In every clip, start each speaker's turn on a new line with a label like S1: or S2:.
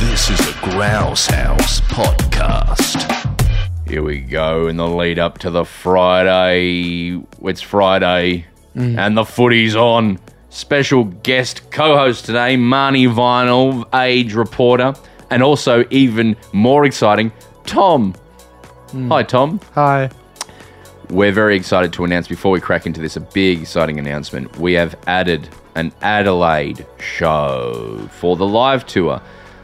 S1: This is the Grouse House Podcast.
S2: Here we go in the lead up to the Friday. It's Friday, and the footy's on. Special guest co-host today, Marnie Vinyl, age reporter, and also even more exciting, Tom. Hi, Tom.
S3: Hi.
S2: We're very excited to announce before we crack into this a big exciting announcement. We have added an Adelaide show for the live tour.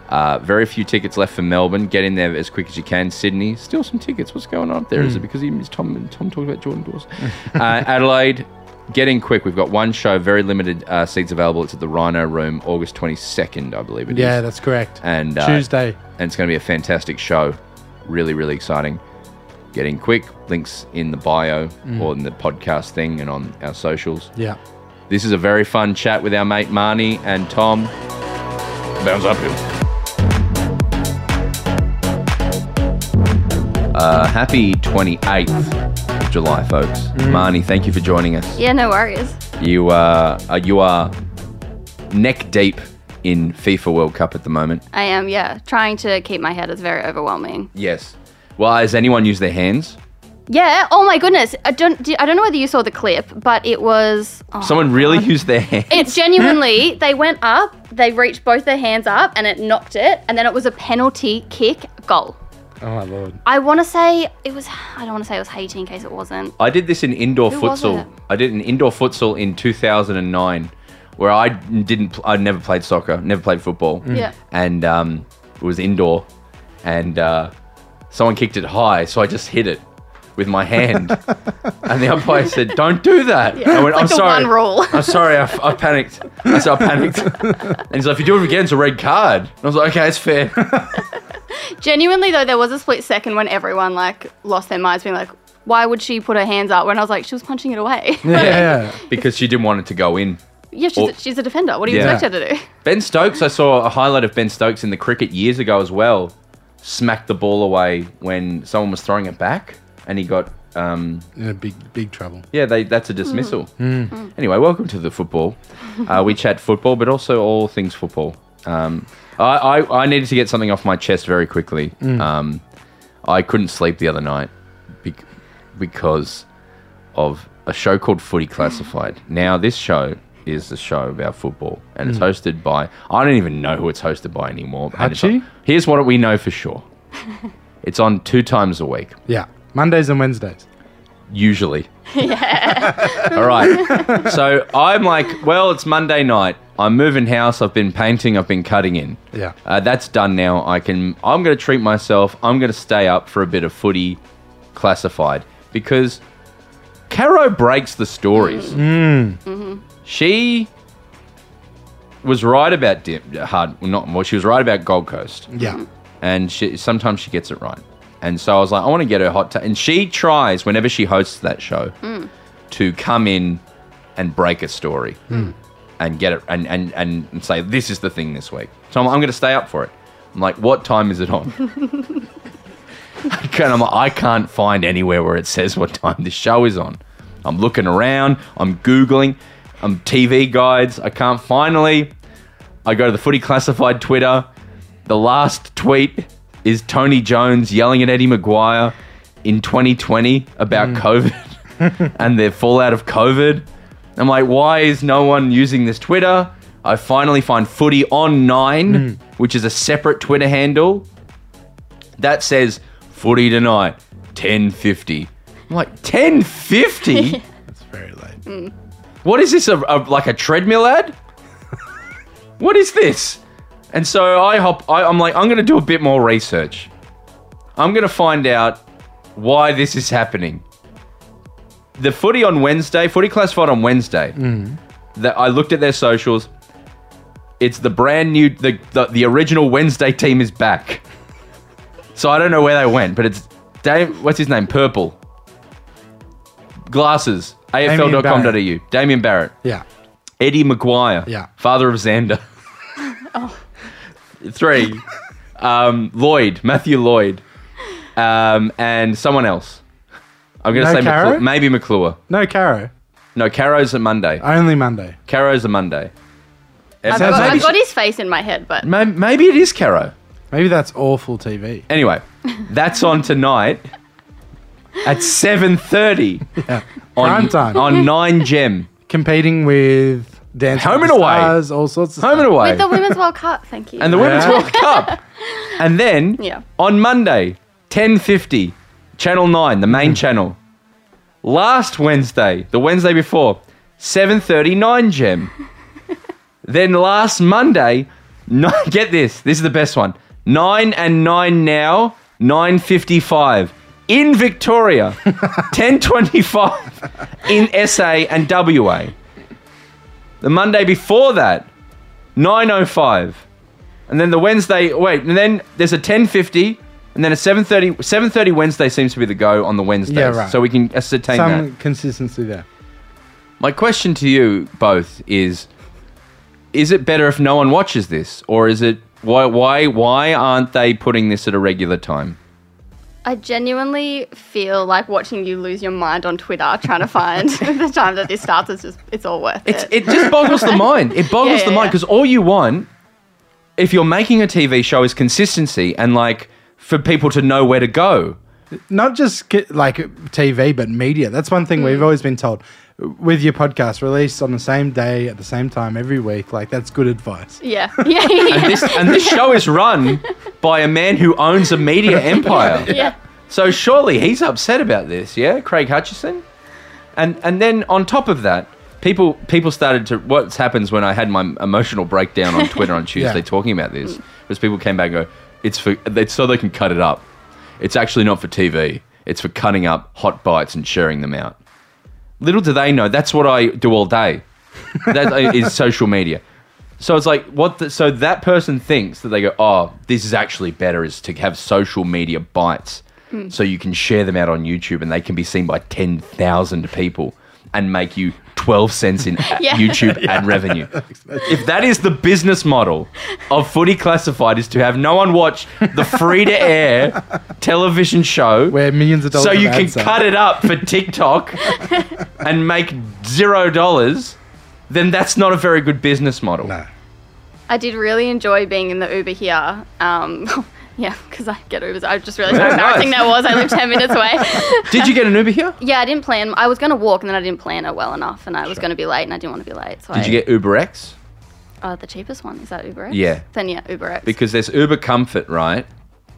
S2: Uh, very few tickets left for Melbourne. Get in there as quick as you can. Sydney, still some tickets. What's going on up there? Is
S3: Hmm.
S2: it because he, is Tom Tom talked about Jordan Dawes? uh, Adelaide, get in quick. We've got one show, very limited uh, seats available. It's at the Rhino Room, August twenty second, I believe it is.
S3: Yeah, that's correct.
S2: and uh,
S3: Tuesday.
S2: and it's going to be a fantastic show. Really, really exciting. Get in quick. Links in the bio or in the podcast thing and on our socials.
S3: Yeah.
S2: This is a very fun chat with our mate Marnie and Tom. Bounce up him. Uh, happy 28th of July, folks. Marnie, thank you for joining us.
S4: Yeah, no worries.
S2: You uh, uh, you are neck deep in FIFA World Cup at the moment.
S4: I am, yeah. Trying to keep my head is very overwhelming.
S2: Yes. Well, has anyone used their hands?
S4: Yeah. Oh my goodness. I don't. do- I don't know whether you saw the clip, but it was. Oh.
S2: Someone really used their hand.
S4: It's genuinely. they went up. They reached both their hands up, and it knocked it. And then it was a penalty kick goal.
S3: Oh my lord.
S4: I want to say it was. I don't want to say it was Haiti in case it wasn't.
S2: I did this in indoor
S4: Who was
S2: futsal.
S4: it?
S2: I did an indoor futsal in 2009, where I didn't. pl- I never played soccer, never played football.
S4: Mm. Yeah.
S2: And um, it was indoor, and uh, someone kicked it high, so I just hit it with my hand, and the umpire said, "Don't do that." I went,
S4: It's like
S2: "I'm
S4: the
S2: sorry."
S4: one rule.
S2: I'm sorry, I, I panicked. I said, I panicked. And he's like, if you do it again, it's a red card. And I was like, okay, it's fair.
S4: Genuinely though, there was a split second when everyone like lost their minds, being like, "Why would she put her hands up?" When I was like, "She was punching it away."
S3: Yeah. yeah.
S2: because she didn't want it to go in.
S4: yeah, she's,
S2: Or-
S4: a, she's a defender. What do you
S2: Yeah.
S4: expect her to do?
S2: Ben Stokes, I saw a highlight of Ben Stokes in the cricket years ago as well. Smacked the ball away when someone was throwing it back, and he got. Um,
S3: In a big, big trouble.
S2: yeah, they, that's a dismissal. Anyway, welcome to the football. Uh, we chat football, but also all things football. Um, I, I, I needed to get something off my chest very quickly. Um, I couldn't sleep the other night bec- because of a show called Footy Classified. Now, this show is the show about football, and it's hosted by I don't even know who it's hosted by anymore. And it's
S3: Hutchie?
S2: on- Here's what we know for sure. It's on two times a week,
S3: Yeah. Mondays and Wednesdays.
S2: usually. All right. So I'm like, well, it's Monday night. I'm moving house. I've been painting. I've been cutting in.
S3: Yeah.
S2: Uh, that's done now. I can. I'm going to treat myself. I'm going to stay up for a bit of footy, classified because Caro breaks the stories. She was right about Dim- uh, hard. well, Not well. She was right about Gold Coast
S3: Yeah.
S2: and she sometimes she gets it right. And so I was like, I want to get her hot. ta and she tries whenever she hosts that show to come in and break a story and get it and, and, and, and say this is the thing this week. So I'm, I'm going to stay up for it. I'm like, what time is it on? and I'm like, I can't find anywhere where it says what time the show is on. I'm looking around. I'm googling. I'm TV guides. I can't. Finally, I go to the Footy Classified Twitter. The last tweet is Tony Jones yelling at Eddie Maguire in 2020 about COVID and their fallout of COVID. I'm like, why is no one using this Twitter? I finally find Footy on Nine, which is a separate Twitter handle that says Footy tonight, 1050. I'm like, 1050?
S3: That's very late.
S2: What is this? A, a, like a treadmill ad? what is this? And so I hop. I, I'm like, I'm going to do a bit more research. I'm going to find out why this is happening. The footy on Wednesday, footy classified on Wednesday. That I looked at their socials. It's the brand new. The, the the original Wednesday team is back. So I don't know where they went, but it's Dave. What's his name? Purple. Glasses. AFL.com.au. Damien Barrett.
S3: Yeah.
S2: Eddie Maguire.
S3: Yeah.
S2: Father of Xander.
S4: Oh.
S2: Three. Um, Lloyd. Matthew Lloyd. Um, and someone else. I'm going to
S3: No
S2: say
S3: Caro?
S2: McClure, maybe McClure.
S3: No Caro.
S2: No, Caro's a Monday.
S3: Only Monday.
S2: Caro's a Monday.
S4: I've
S3: Sounds
S4: got,
S3: like-
S4: I've got his face in my head, but
S2: Maybe, maybe it is Caro.
S3: Maybe that's awful TV.
S2: Anyway, that's on tonight at 7.30
S3: Yeah.
S2: on,
S3: Prime time.
S2: on 9 Gem.
S3: Competing with Dance
S2: Home
S3: with
S2: and
S3: the
S2: Away.
S3: Stars, all sorts of
S2: Home and away.
S4: With the Women's World Cup, thank you.
S2: and the Women's
S3: Yeah.
S2: World Cup. And then
S4: Yeah.
S2: on Monday, 10.50, Channel 9, the main channel. Last Wednesday, the Wednesday before, 7.30, 9 Gem. then last Monday, no, get this, this is the best one. 9 and 9 now, 9.55. In Victoria, 10.25 in SA and WA. The Monday before that, 9.05 and then the Wednesday. Wait, and then there's a ten fifty, and then a seven thirty. Seven thirty Wednesday seems to be the go on the Wednesdays,
S3: Yeah, right.
S2: so we can ascertain
S3: Some
S2: that.
S3: consistency there.
S2: My question to you both is: Is it better if no one watches this, or is it why why why aren't they putting this at a regular time?
S4: I genuinely feel like watching you lose your mind on Twitter trying to find the time that this starts is just it's all worth
S2: It's,
S4: it.
S2: it just boggles the mind. It boggles
S4: Yeah,
S2: the mind
S4: yeah, yeah.
S2: because all you want, if you're making a TV show, is consistency and like for people to know where to go.
S3: not just ki- like TV, but media. That's one thing we've always been told with your podcast released on the same day at the same time every week. Like that's good advice.
S4: yeah. Yeah. yeah,
S2: And this, and this show is run by a man who owns a media empire.
S4: yeah.
S2: So surely he's upset about this, yeah, Craig Hutchison. And and then on top of that, people people started to what happens when I had my emotional breakdown on Twitter on Tuesday
S3: Yeah.
S2: talking about this was people came back and go, it's for it's so they can cut it up. It's actually not for TV. It's for cutting up hot bites and sharing them out. Little do they know that's what I do all day. That is social media. So it's like what? The, so that person thinks that they go, oh, this is actually better is to have social media bites,
S4: Hmm.
S2: so you can share them out on YouTube and they can be seen by ten thousand people and make you twelve cents in a-
S4: Yeah.
S2: YouTube ad revenue. If that is the business model of Footy Classified, is to have no one watch the free to air television show
S3: Where millions of dollars.
S2: so
S3: of
S2: you can
S3: ads are.
S2: cut it up for TikTok and make zero dollars, then that's not a very good business model.
S3: No.
S4: I did really enjoy being in the Uber here. Um, yeah, because I get Ubers. I just realized how embarrassing that was. I live 10 minutes away.
S2: Did you get an Uber here?
S4: Yeah, I didn't plan. I was going to walk and then I didn't plan it well enough and I was going to be late and I didn't want to be late. So I,
S2: Did you get Uber X?
S4: Oh, the cheapest one. Is that UberX?
S2: Yeah.
S4: Then yeah, UberX.
S2: Because there's Uber Comfort, right?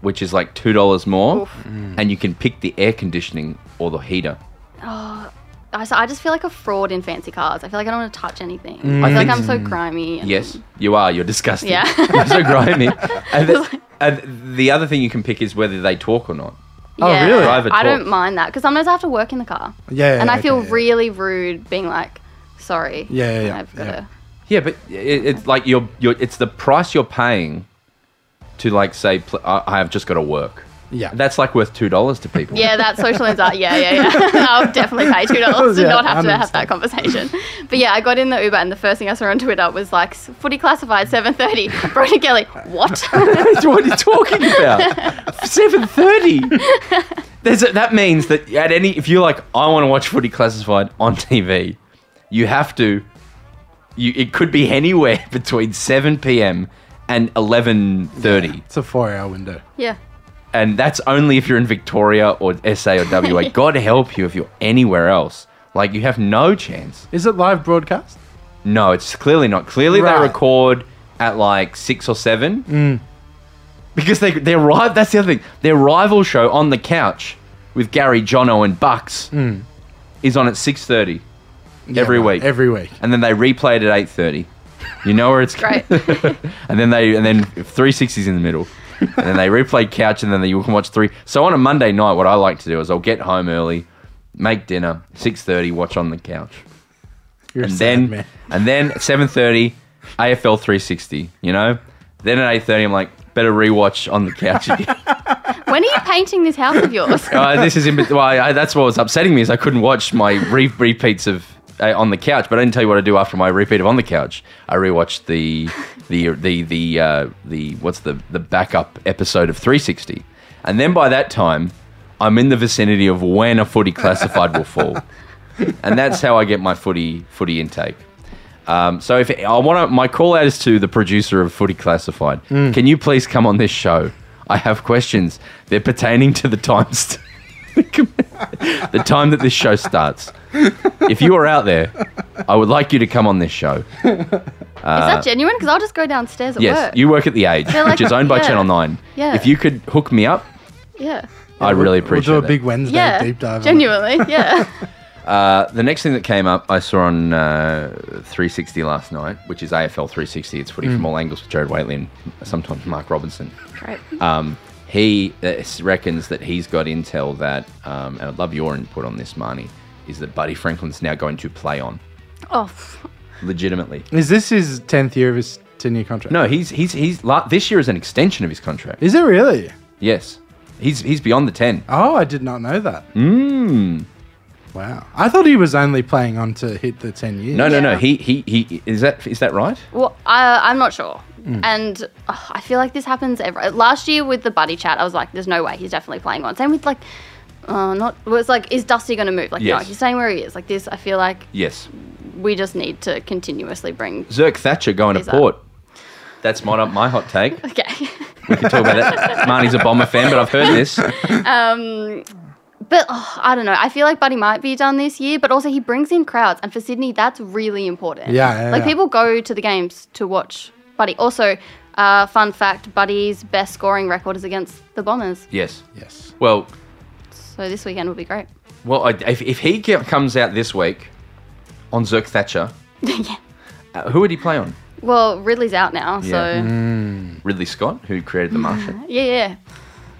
S2: Which is like two dollars more,
S4: Oof.
S2: and you can pick the air conditioning or the heater.
S4: I, so I just feel like a fraud in fancy cars. I feel like I don't want to touch anything. I feel
S3: Mm.
S4: like I'm so grimy. And,
S2: Mm. Yes, you are. You're disgusting.
S4: Yeah.
S2: You're so grimy. And the, and the other thing you can pick is whether they talk or not.
S3: Oh,
S4: Yeah,
S3: really?
S2: Private
S4: I don't
S2: talks.
S4: mind that because sometimes I have to work in the car.
S3: Yeah, yeah,
S4: and I
S3: okay,
S4: feel
S3: yeah.
S4: really rude being like, sorry.
S3: Yeah, yeah,
S4: and
S3: yeah,
S4: I've got
S3: yeah.
S4: to.
S2: Yeah, but it, it's like you're, you're. It's the price you're paying to like say, pl- I, I have just got to work.
S3: Yeah.
S2: That's like worth two dollars to people.
S4: Yeah, that social anxiety. Yeah, yeah, yeah. I'll definitely pay two dollars to
S3: Yeah,
S4: not have to have that conversation. But yeah, I got in the Uber and the first thing I saw on Twitter was like footy classified seven thirty. Brody Kelly, what?
S2: what are you talking about? Seven thirty. There's a, that means that at any if you're like I want to watch Footy Classified on TV, you have to. You it could be anywhere between seven p.m. and eleven thirty,
S3: It's a four-hour window.
S4: yeah.
S2: and that's only if you're in Victoria or SA or WA. God help you if you're anywhere else. Like you have no chance.
S3: Is it live broadcast?
S2: No, it's clearly not. Clearly,
S3: Right.
S2: they record at like six or seven because they they're right. That's the other thing. Their rival show on the couch with Gary, Jono, and Bucks is on at six thirty every
S3: Yeah, right.
S2: week,
S3: Every week.
S2: and then they replay it at eight thirty. You know where it's
S4: Great.
S2: and then they and then three sixties in the middle, and then they replay couch, and then you can watch three. So on a Monday night, what I like to do is I'll get home early, make dinner, six thirty, watch on the couch
S3: You're a
S2: and
S3: sad
S2: then
S3: man.
S2: and then at 7:30 AFL 360, you know? Then at 8:30 I'm like better rewatch on the couch again.
S4: When are you painting this house of yours?
S2: uh, this is in bet- well, I, that's what was upsetting me is I couldn't watch my re- repeats of uh, on the couch, but I didn't tell you what I do after my repeat of on the couch. I rewatched the the the the uh, the what's the the backup episode of 360. And then by that time I'm in the vicinity of when a footy classified will fall. And that's how I get my footy footy intake. Um, so if I want to, my call out is to the producer of Footy Classified.
S3: Hmm.
S2: Can you please come on this show? I have questions. They're pertaining to the time, st- the time that this show starts. If you are out there, I would like you to come on this show.
S4: Is that genuine? Because I'll just go downstairs at
S2: Yes,
S4: work.
S2: you work at the Age,
S4: They're
S2: which
S4: like-
S2: is owned by
S4: yeah.
S2: Channel Nine.
S4: Yeah.
S2: If you could hook me up,
S4: yeah.
S2: I'd really
S3: We'll
S2: appreciate
S3: do a
S2: it.
S3: big Wednesday
S4: Yeah.
S3: deep dive. on it.
S4: Genuinely. Yeah.
S2: Uh, the next thing that came up, I saw on uh, 360 last night, which is AFL 360. It's footy
S3: Hmm.
S2: from all angles with Jared Waitley and sometimes Mark Robinson.
S4: Great.
S2: Um, he uh, s- reckons that he's got intel that, um, and I'd love your input on this, Marnie, is that Buddy Franklin's now going to play on
S4: Oh, f-
S2: legitimately.
S3: Is this his tenth year of his ten-year contract?
S2: No, he's he's he's la- this year is an extension of his contract.
S3: Is it really?
S2: Yes, he's he's beyond the ten.
S3: Oh, I did not know that. Mm.
S2: Hmm.
S3: Wow. I thought he was only playing on to hit the ten years.
S2: No, no, no.
S4: Yeah.
S2: He he he is that is that right?
S4: well, I, I'm not sure.
S3: Mm.
S4: And ugh, I feel like this happens every. Last year with the buddy chat, I was like, "There's no way he's definitely playing on." Same with like, uh, not. It was like, "Is Dusty going to move?" Like, no,
S2: Yes.
S4: he's staying where he is. Like this, I feel like
S2: Yes.
S4: we just need to continuously bring.
S2: Zerk Thatcher going
S4: He's
S2: to
S4: up.
S2: port. That's my my hot take.
S4: Okay.
S2: can talk about that. Marnie's a bomber fan, but I've heard this.
S4: But oh, I don't know. I feel like Buddy might be done this year, but also he brings in crowds, and for Sydney, that's really important.
S3: Yeah, yeah,
S4: like
S3: yeah.
S4: people go to the games to watch Buddy. Also, uh, fun fact: Buddy's best scoring record is against the Bombers.
S2: Yes.
S3: Yes.
S2: Well,
S4: So this weekend will be great.
S2: well, I, if, if he ge- comes out this week on Zerk Thatcher,
S4: yeah.
S2: uh, who would he play on?
S4: Well, Ridley's out now, so
S2: Yeah.
S3: Mm-hmm.
S2: Ridley Scott, who created The Martian.
S4: yeah, yeah.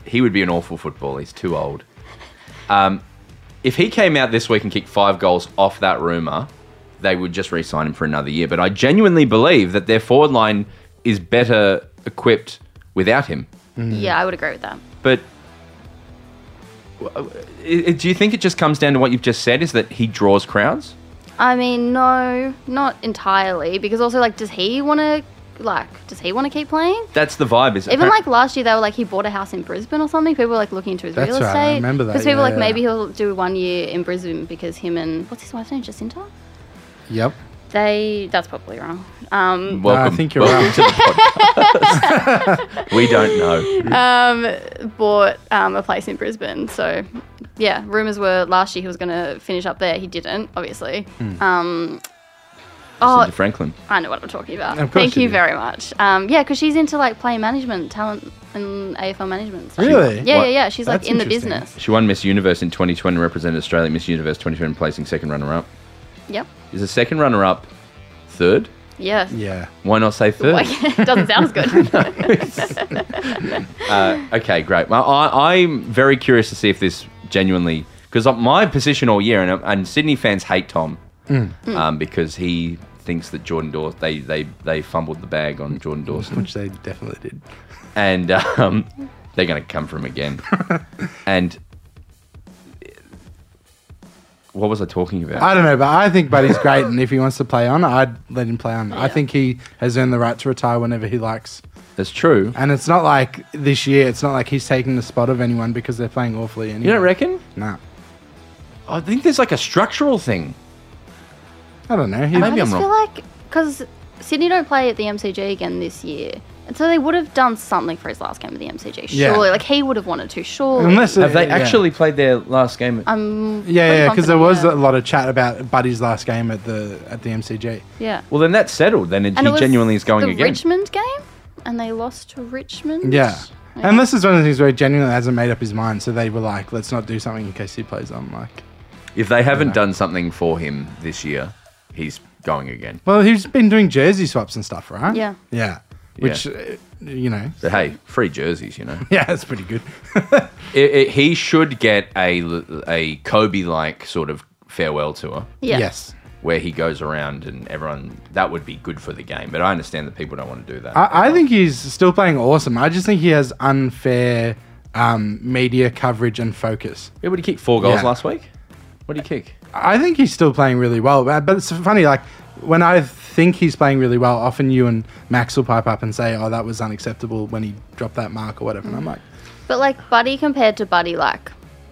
S2: he would be an awful footballer. He's too old. Um, if he came out this week and kicked five goals off that rumor, they would just re-sign him for another year. But I genuinely believe that their forward line is better equipped without him.
S3: Mm-hmm.
S4: Yeah, I would agree with that.
S2: But w- uh, do you think it just comes down to what you've just said? Is that he draws crowds?
S4: I mean, no, not entirely, because also like, does he want to? Like, does he want to keep playing?
S2: That's the vibe. Is
S4: Even
S2: appar-
S4: like last year, they were like he bought a house in Brisbane or something. People were like looking into his
S3: That's
S4: real
S3: right, I
S4: estate.
S3: remember that,
S4: Because people
S3: yeah,
S4: were like
S3: yeah.
S4: maybe he'll do one year in Brisbane because him and what's his wife's name, Jacinta?
S3: Yep.
S4: They that's probably wrong.
S2: welcome.
S4: Um,
S3: No, I think you're
S2: welcome
S3: right.
S2: to the podcast. we don't know.
S3: Hmm.
S4: bought um, a place in Brisbane. So yeah, rumors were last year he was going to finish up there. He didn't, obviously.
S3: Hmm.
S4: Um,
S2: Jacinta
S4: oh,
S2: Franklin.
S4: I know what I'm talking about.
S3: Of course
S4: Thank
S3: you
S4: you,
S3: do.
S4: very much. Um, yeah, because she's into like player management, talent, and AFL management. stuff.
S3: Really?
S4: Yeah,
S2: What?
S4: yeah, yeah. She's like
S3: That's
S4: in the
S3: interesting.
S4: business.
S2: She won Miss Universe in 2020 and represented Australia at Miss Universe 2020, placing second runner-up.
S4: Yep.
S2: Is a second runner-up third?
S4: Yes.
S3: Yeah.
S2: Why not say third?
S4: Like, doesn't sound as good.
S2: Uh, okay, great. Well, I, I'm very curious to see if this genuinely because my position all year, and, and Sydney fans hate Tom
S3: Mm.
S2: Um, because he thinks that Jordan Dawson they they they fumbled the bag on Jordan Dawson,
S3: Which they definitely did.
S2: and um, they're going to come for him again. and what was I talking about?
S3: I don't know, but I think Buddy's great, and if he wants to play on, I'd let him play on. I
S4: Yeah.
S3: think he has earned the right to retire whenever he likes.
S2: That's true.
S3: And it's not like this year, it's not like he's taking the spot of anyone because they're playing awfully. Anyway.
S2: You don't reckon?
S3: Nah.
S2: I think there's like a structural thing.
S3: I don't know. He,
S2: Maybe
S4: I
S2: I'm
S4: just
S2: wrong.
S4: feel like because Sydney don't play at the MCG again this year, and so they would have done something for his last game at the MCG.
S3: Yeah.
S4: Surely, like he would have wanted to. Surely,
S3: unless
S2: Have they
S3: yeah.
S2: actually played their last game? At-
S4: I'm
S3: Yeah,
S4: pretty
S3: yeah, because there
S4: confident,
S3: was
S4: yeah.
S3: a lot of chat about Buddy's last game at the at the MCG.
S4: yeah.
S2: well, then that's settled. Then
S4: And it
S2: he
S4: was
S2: genuinely is going
S4: the
S2: again.
S4: Richmond game, and they lost to Richmond.
S3: Yeah.
S4: Yeah.
S3: And this is one of the things where he genuinely hasn't made up his mind, so they were like, "Let's not do something in case he plays on." Like,
S2: If they haven't done something for him this year, he's going again.
S3: well, he's been doing jersey swaps and stuff, right?
S4: Yeah.
S3: yeah, which uh you know,
S2: But hey, free jerseys, you know.
S3: yeah, that's pretty good.
S2: It- it- he should get a a Kobe like sort of farewell tour
S4: yeah.
S3: Yes,
S2: where he goes around and everyone. That would be good for the game, but I understand that people don't want to do that.
S3: I, I think he's still playing awesome. I just think he has unfair um, media coverage and focus.
S2: yeah, would he kick four goals
S3: Yeah.
S2: last week? What did he kick?
S3: I think he's still playing really well, but, but it's funny. Like when I think he's playing really well, often you and Max will pipe up and say, "Oh, that was unacceptable when he dropped that mark or whatever," and I'm
S4: Mm.
S3: like.
S4: But like Buddy compared to Buddy, like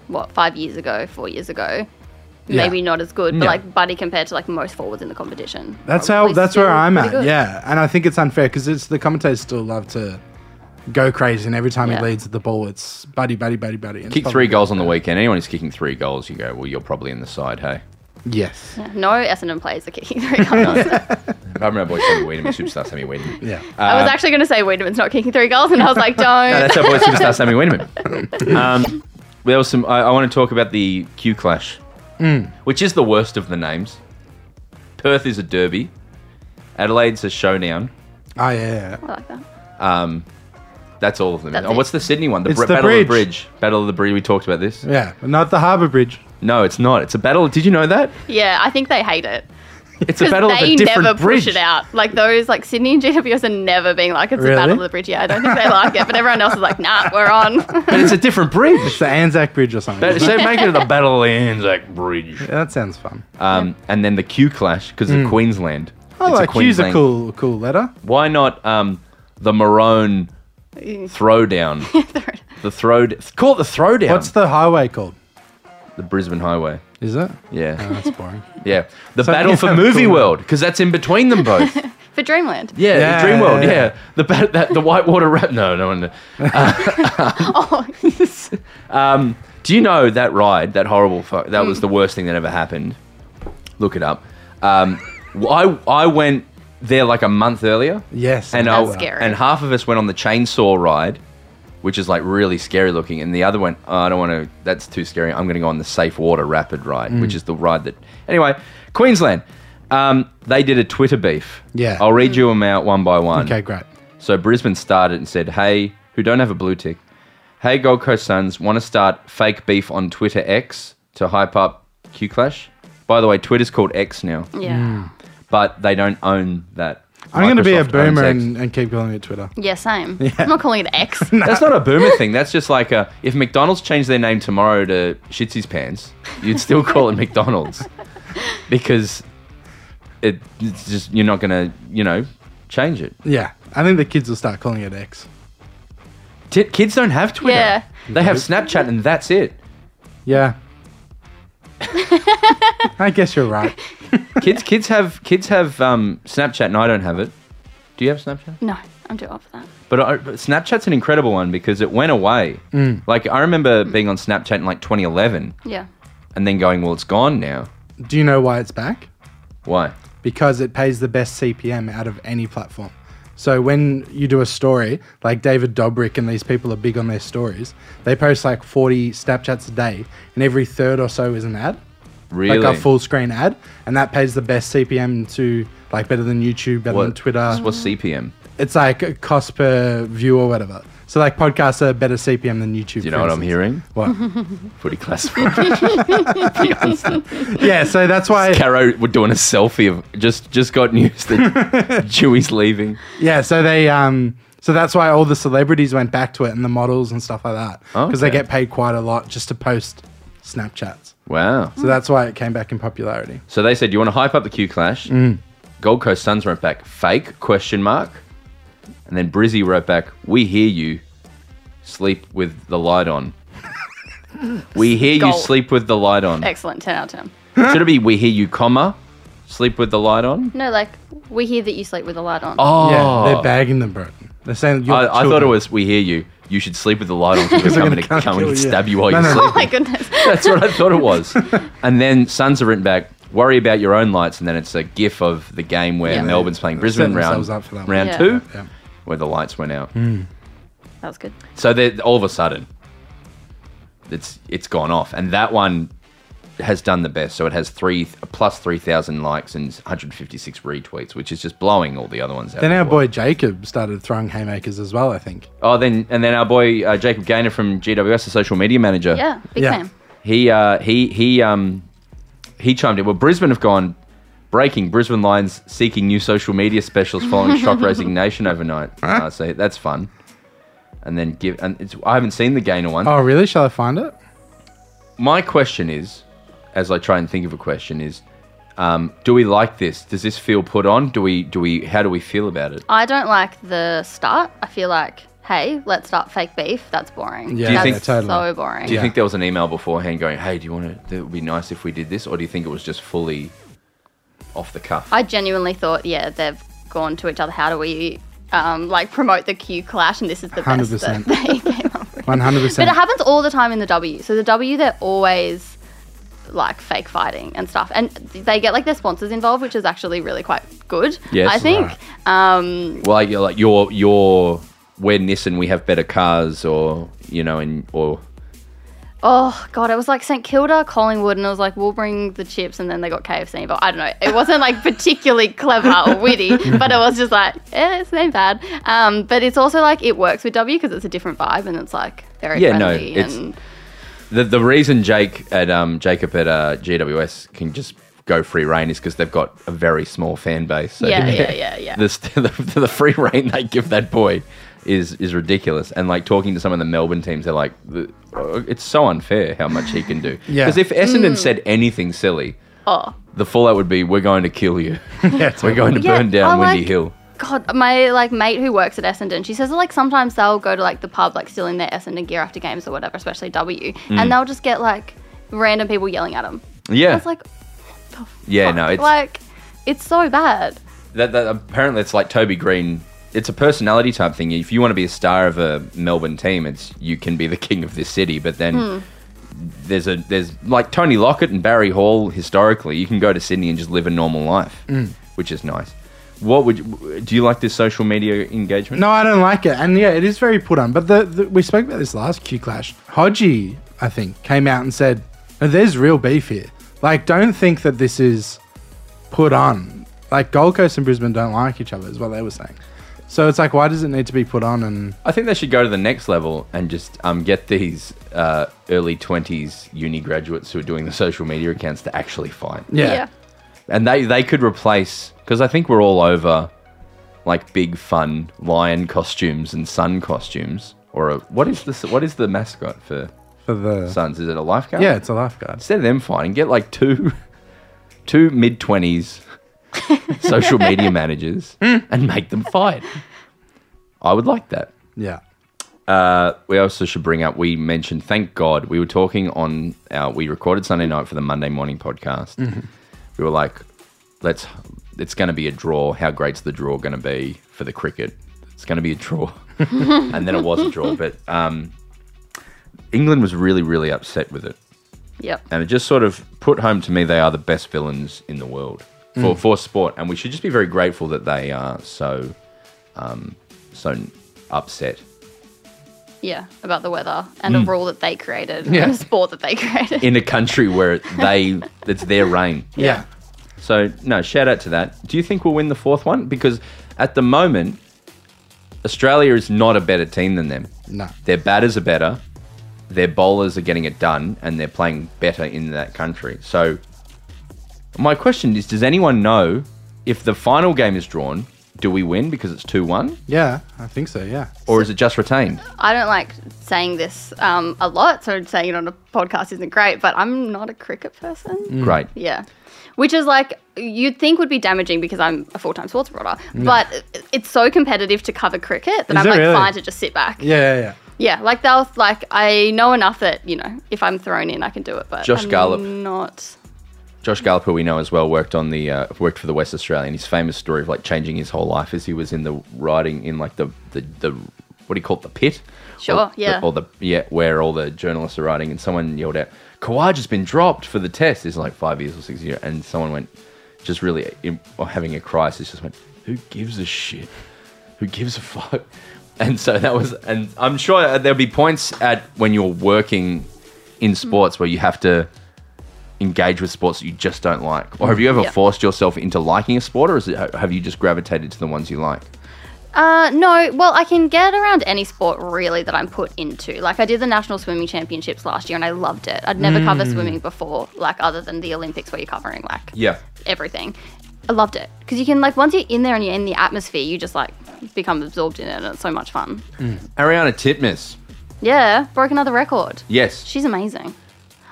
S4: what five years ago, four years ago,
S3: Yeah.
S4: maybe not as good, but
S2: Yeah.
S4: like Buddy compared to like most forwards in the competition.
S3: That's
S4: probably
S3: how. That's
S4: Oh, still
S3: where I'm
S4: pretty
S3: at.
S4: good.
S3: Yeah, and I think it's unfair because it's the commentators still love to go crazy, and every time
S4: Yeah.
S3: he leads at the ball, it's buddy, buddy, buddy, buddy. and it's
S2: Kick
S3: probably-
S2: three goals on the weekend. Anyone who's kicking three goals, you go, well, you're probably in the side, hey.
S3: Yes.
S4: No Essendon players are kicking three goals.
S2: I remember boy Sammy Wiedemann, superstar Sammy Wiedemann.
S3: Yeah.
S4: I was actually going to say Wiedemann's not kicking three goals, and I was like, don't.
S2: Uh, No, that's our boy superstar Sammy Wiedemann. Um, there was some. I, I want to talk about the Q Clash, which is the worst of the names. Perth is a derby. Adelaide's a showdown.
S3: Oh yeah. yeah.
S4: I like that.
S2: Um, That's all of them.
S4: That's
S2: Oh,
S4: it.
S2: what's the Sydney one? The,
S3: It's
S2: Br-
S3: the
S2: Battle of the
S3: bridge.
S2: Bridge. Battle of the Bridge. We talked about this.
S3: Yeah, but not the Harbour Bridge.
S2: No, it's not. It's a battle. Did you know that?
S4: Yeah, I think they hate it
S2: It's a
S4: because
S2: battle of
S4: they
S2: a different
S4: never
S2: bridge.
S4: push it out. Like those, like Sydney and GWS are never being like, it's
S3: Really?
S4: a battle of the bridge. Yeah, I don't think they like it, but everyone else is like, nah, we're on.
S2: But it's a different bridge.
S3: It's the Anzac Bridge or something.
S2: That- so make it the Battle of the Anzac Bridge.
S3: yeah, that sounds fun.
S2: Um, and then the Q Clash because of Queensland.
S3: I
S2: It's
S3: like Q's a
S2: Queensland-
S3: cool, cool letter.
S2: Why not um, the Maroon Throwdown? the throw. Call it the Throwdown.
S3: What's the highway called?
S2: the Brisbane Highway?
S3: Is it?
S2: Yeah,
S3: Oh, that's boring.
S2: yeah. The
S3: So
S2: battle
S3: you
S2: for
S3: have
S2: Movie
S3: cool-
S2: World because that's in between them both. Yeah,
S4: For Dreamland.
S3: Yeah,
S2: Dream World.
S3: yeah,
S2: Yeah,
S3: yeah.
S2: the bat- that, the Whitewater Rap. No, no one.
S4: Oh,
S2: Um, do you know that ride? That horrible. Fu- that
S4: Mm.
S2: was the worst thing that ever happened. Look it up. Um, I I went there like a month earlier.
S3: Yes.
S2: and
S4: That's
S2: I-
S4: scary.
S2: and half of us went on the chainsaw ride, which is like really scary looking, and the other went, oh, I don't want to. That's too scary. I'm going to go on the safe water rapid ride,
S3: Mm.
S2: which is the ride that. Anyway, Queensland. Um, they did a Twitter beef.
S3: Yeah.
S2: I'll read you them out one by one.
S3: okay, great.
S2: So Brisbane started and said, "Hey, who don't have a blue tick? Hey, Gold Coast Suns, want to start fake beef on Twitter X to hype up Q Clash? By the way, Twitter's called X now,
S4: yeah.
S2: but they don't own that.
S3: I'm going to be
S2: Microsoft
S3: a
S2: owns
S3: boomer
S2: X.
S3: and, and keep calling it Twitter.
S4: Yeah, same. I'm not calling it X.
S2: That's not a boomer thing. That's just like a, if McDonald's changed their name tomorrow to Shitsy's Pants, you'd still call it McDonald's because it, it's just you're not gonna you know change it.
S3: Yeah, I think the kids will start calling it X.
S2: Ti- kids don't have Twitter.
S4: Yeah.
S2: They have Snapchat and that's it.
S3: Yeah. I guess you're right.
S2: Kids, kids have kids have um, Snapchat, and I don't have it. Do you have Snapchat?
S4: No, I'm too old for that.
S2: But, I, but Snapchat's an incredible one because it went away.
S3: Mm.
S2: Like I remember being on Snapchat in like 2011,
S4: Yeah.
S2: and then going, "Well, it's gone now.
S3: Do you know why it's back?
S2: Why?"
S3: because it pays the best CPM out of any platform. So when you do a story, like David Dobrik and these people are big on their stories, they post like 40 Snapchats a day, and every third or so is an ad,
S2: Really?
S3: like a full screen ad, and that pays the best CPM to like better than YouTube, better than
S2: what,
S3: Twitter.
S2: What's CPM?
S3: It's like a cost per view or whatever. So like podcasts are better CPM than
S2: Do you
S3: YouTube. for
S2: know what I'm hearing?
S3: instance. What?
S2: Footy classified.
S3: yeah, so that's why.
S2: Caro were doing a selfie of just just got news that Dewey's leaving.
S3: Yeah, so they um so that's why all the celebrities went back to it and the models and stuff like that
S2: Oh,
S3: because
S2: okay.
S3: they get paid quite a lot just to post Snapchats.
S2: Wow.
S3: So that's why it came back in popularity.
S2: So they said, "You want to hype up the Q Clash?" Gold Coast Suns wrote back, "Fake?" Question mark. And then Brizzy wrote back, "We hear you. Sleep with the light on." we hear you
S4: Gold.
S2: sleep with the light on.
S4: Excellent. 10 out of 10.
S2: Should it be we hear you, comma, sleep with the light on?
S4: No, like, we hear that you sleep with the light on.
S2: Oh,
S3: Yeah, they're bagging them, bro. They're saying you're
S2: I, I thought it
S3: children.
S2: was we hear you. You should sleep with the light on because we're
S3: Because
S2: coming
S3: they're
S2: to
S3: gonna come
S2: come and
S3: kill you.
S2: stab you while
S3: No,
S2: you're
S3: no, no.
S4: oh
S2: sleeping.
S4: my goodness.
S2: That's what I thought it was. And then Suns have written back, worry about your own lights, and then it's a gif of the game where
S4: Yeah.
S2: Melbourne's playing
S3: They
S2: Brisbane
S3: set
S2: round
S3: themselves up for that one.
S2: round
S4: Yeah.
S2: two,
S3: Yeah.
S2: where the lights went out.
S4: That was good.
S2: So they're- all of a sudden, it's it's gone off, and that one has done the best. So it has three plus three thousand likes and 156 retweets, which is just blowing all the other ones out.
S3: Then
S2: of
S3: our
S2: the water.
S3: boy Jacob started throwing haymakers as well, I think.
S2: oh, then and then our boy uh, Jacob Gaynor from GWS, the social media manager.
S4: Yeah, big
S3: Yeah.
S4: fan.
S2: he uh, he he um he chimed in. Well, Brisbane have gone breaking. Brisbane Lions seeking new social media specials following shock resignation overnight. Uh, so that's fun. And then give and it's, I haven't seen the Gainer one.
S3: Oh, really? Shall I find it?
S2: My question is, as I try and think of a question, is um, do we like this? Does this feel put on? Do we do we how do we feel about it?
S4: I don't like the start. I feel like hey, let's start fake beef. That's boring.
S3: Yeah,
S2: Do you
S4: That's
S2: think-
S3: totally.
S4: so boring.
S2: Do you
S3: Yeah.
S2: think there was an email beforehand going, "Hey, do you want to? It would be nice if we did this," or do you think it was just fully off the cuff?
S4: I genuinely thought, yeah, they've gone to each other. How do we um, like promote the Q clash? And this is the best that
S3: 100%.
S4: they came up with.
S3: One hundred
S4: But
S3: percent.
S4: it happens all the time in the W. So the W, they're always like fake fighting and stuff, and they get like their sponsors involved, which is actually really quite good.
S2: Yes.
S4: I think. Um,
S2: well, like, you're like you're you're we're Nissan, we have better cars, or you know, and or
S4: Oh god, it was like St Kilda, Collingwood, and I was like, we'll bring the chips, and then they got KFC involved. I don't know. It wasn't like particularly clever or witty, but it was just like, eh, it's not bad. Um, but it's also like it works with W because it's a different vibe, and it's like very
S2: Yeah, no,
S4: friendly.
S2: it's-
S4: and
S2: the the reason Jake at um Jacob at uh, GWS can just go free reign is because they've got a very small fan base. So
S4: yeah, yeah, yeah, yeah.
S2: the, st- the, the free reign they give that boy is is ridiculous. And like talking to some of the Melbourne teams, they're like, "The- uh, it's so unfair how much he can do.
S3: Yeah.
S2: Because if Essendon
S4: Mm.
S2: said anything silly,
S4: oh,
S2: the fallout would be, we're going to kill you.
S3: Yeah,
S2: we're going to
S4: Yeah,
S2: burn down
S4: I
S2: Windy
S4: like-
S2: Hill.
S4: God, my like mate who works at Essendon, she says that, like sometimes they'll go to like the pub, like still in their Essendon gear after games or whatever, especially W,
S2: Mm.
S4: and they'll just get like random people yelling at them.
S2: Yeah,
S4: It's like,
S2: Eh. yeah. No, it's
S4: like it's so bad.
S2: that, that. Apparently, it's like Toby Green. It's a personality type thing. If you want to be a star of a Melbourne team, it's you can be the king of this city. But then. There's a there's like Tony Lockett and Barry Hall historically. You can go to Sydney and just live a normal life, which is nice. What would you, do you like this social media engagement?
S3: No, I don't like it. And yeah, it is very put on. But the, the we spoke about this last Q Clash. Hodgie, I think, came out and said, "No, "There's real beef here. Like, don't think that this is put on. Like, Gold Coast and Brisbane don't like each other," is what they were saying. So it's like, why does it need to be put on? And
S2: I think they should go to the next level and just um, get these uh, early 20s uni graduates who are doing the social media accounts to actually fight.
S3: yeah,
S2: And they, they could replace, because I think we're all over like big fun lion costumes and sun costumes. Or a, what is this? What is the mascot for
S3: for the
S2: suns? Is it a lifeguard?
S3: yeah, it's a lifeguard.
S2: Instead of them fighting, get like two, two mid twenties social media managers
S3: Hmm.
S2: and make them fight. I would like that
S3: Yeah,
S2: we also should bring up we mentioned thank god we were talking on our we recorded sunday night for the monday morning podcast we were like let's it's going to be a draw how great's the draw going to be for the cricket it's going to be a draw and then it was a draw but um, england was really really upset with it
S4: Yep.
S2: and it just sort of put home to me they are the best villains in the world for, for sport, and we should just be very grateful that they are so um, so upset.
S4: Yeah, about the weather and
S3: Hmm.
S4: a rule that they created and a sport that they created.
S2: in a country where they it's their reign.
S3: yeah.
S2: So no, shout out to that. Do you think we'll win the fourth one? Because at the moment, Australia is not a better team than them.
S3: No.
S2: Their batters are better, their bowlers are getting it done, and they're playing better in that country. So my question is, does anyone know if the final game is drawn, do we win because it's two one?
S3: Yeah, I think so. Yeah,
S2: Or is it just retained?
S4: I don't like saying this um, a lot, so saying it on a podcast isn't great, but I'm not a cricket person.
S3: Mm.
S2: Great.
S4: Yeah. Which is like, you'd think would be damaging because I'm a full time sports reporter, but it- it's so competitive to cover cricket
S3: Is
S4: that I'm
S3: it
S4: like
S3: really?
S4: fine to just sit back. Yeah,
S3: yeah, yeah. yeah.
S4: like that was like, I know enough that, you know, if I'm thrown in, I can do it, but
S2: Josh
S4: I'm
S2: Gallop.
S4: not.
S2: Josh Gallup, who we know as well, worked on the uh, worked for the West Australian. His famous story of like changing his whole life as he was in the riding in like the the, the what do you call it, the pit?
S4: Sure,
S2: Or-
S4: yeah.
S2: Or the yeah, where all the journalists are riding, and someone yelled out, "Kawaja's been dropped for the test." This is like five years or six years, and someone went, just really in, or having a crisis, just went, "Who gives a shit? Who gives a fuck?" And so that was, and I'm sure there'll be points at when you're working in sports where you have to engage with sports that you just don't like? Or have you ever
S4: Yeah.
S2: forced yourself into liking a sport, or is it, have you just gravitated to the ones you like?
S4: Uh, no, well, I can get around any sport really that I'm put into. Like, I did the National Swimming Championships last year and I loved it. I'd never covered swimming before, like, other than the Olympics where you're covering, like,
S2: Hmm. Yeah.
S4: everything. I loved it. Because you can, like, once you're in there and you're in the atmosphere, you just, like, become absorbed in it and it's so much fun.
S2: Hmm. Ariana Titmus.
S4: Yeah, broke another record.
S2: Yes.
S4: She's amazing.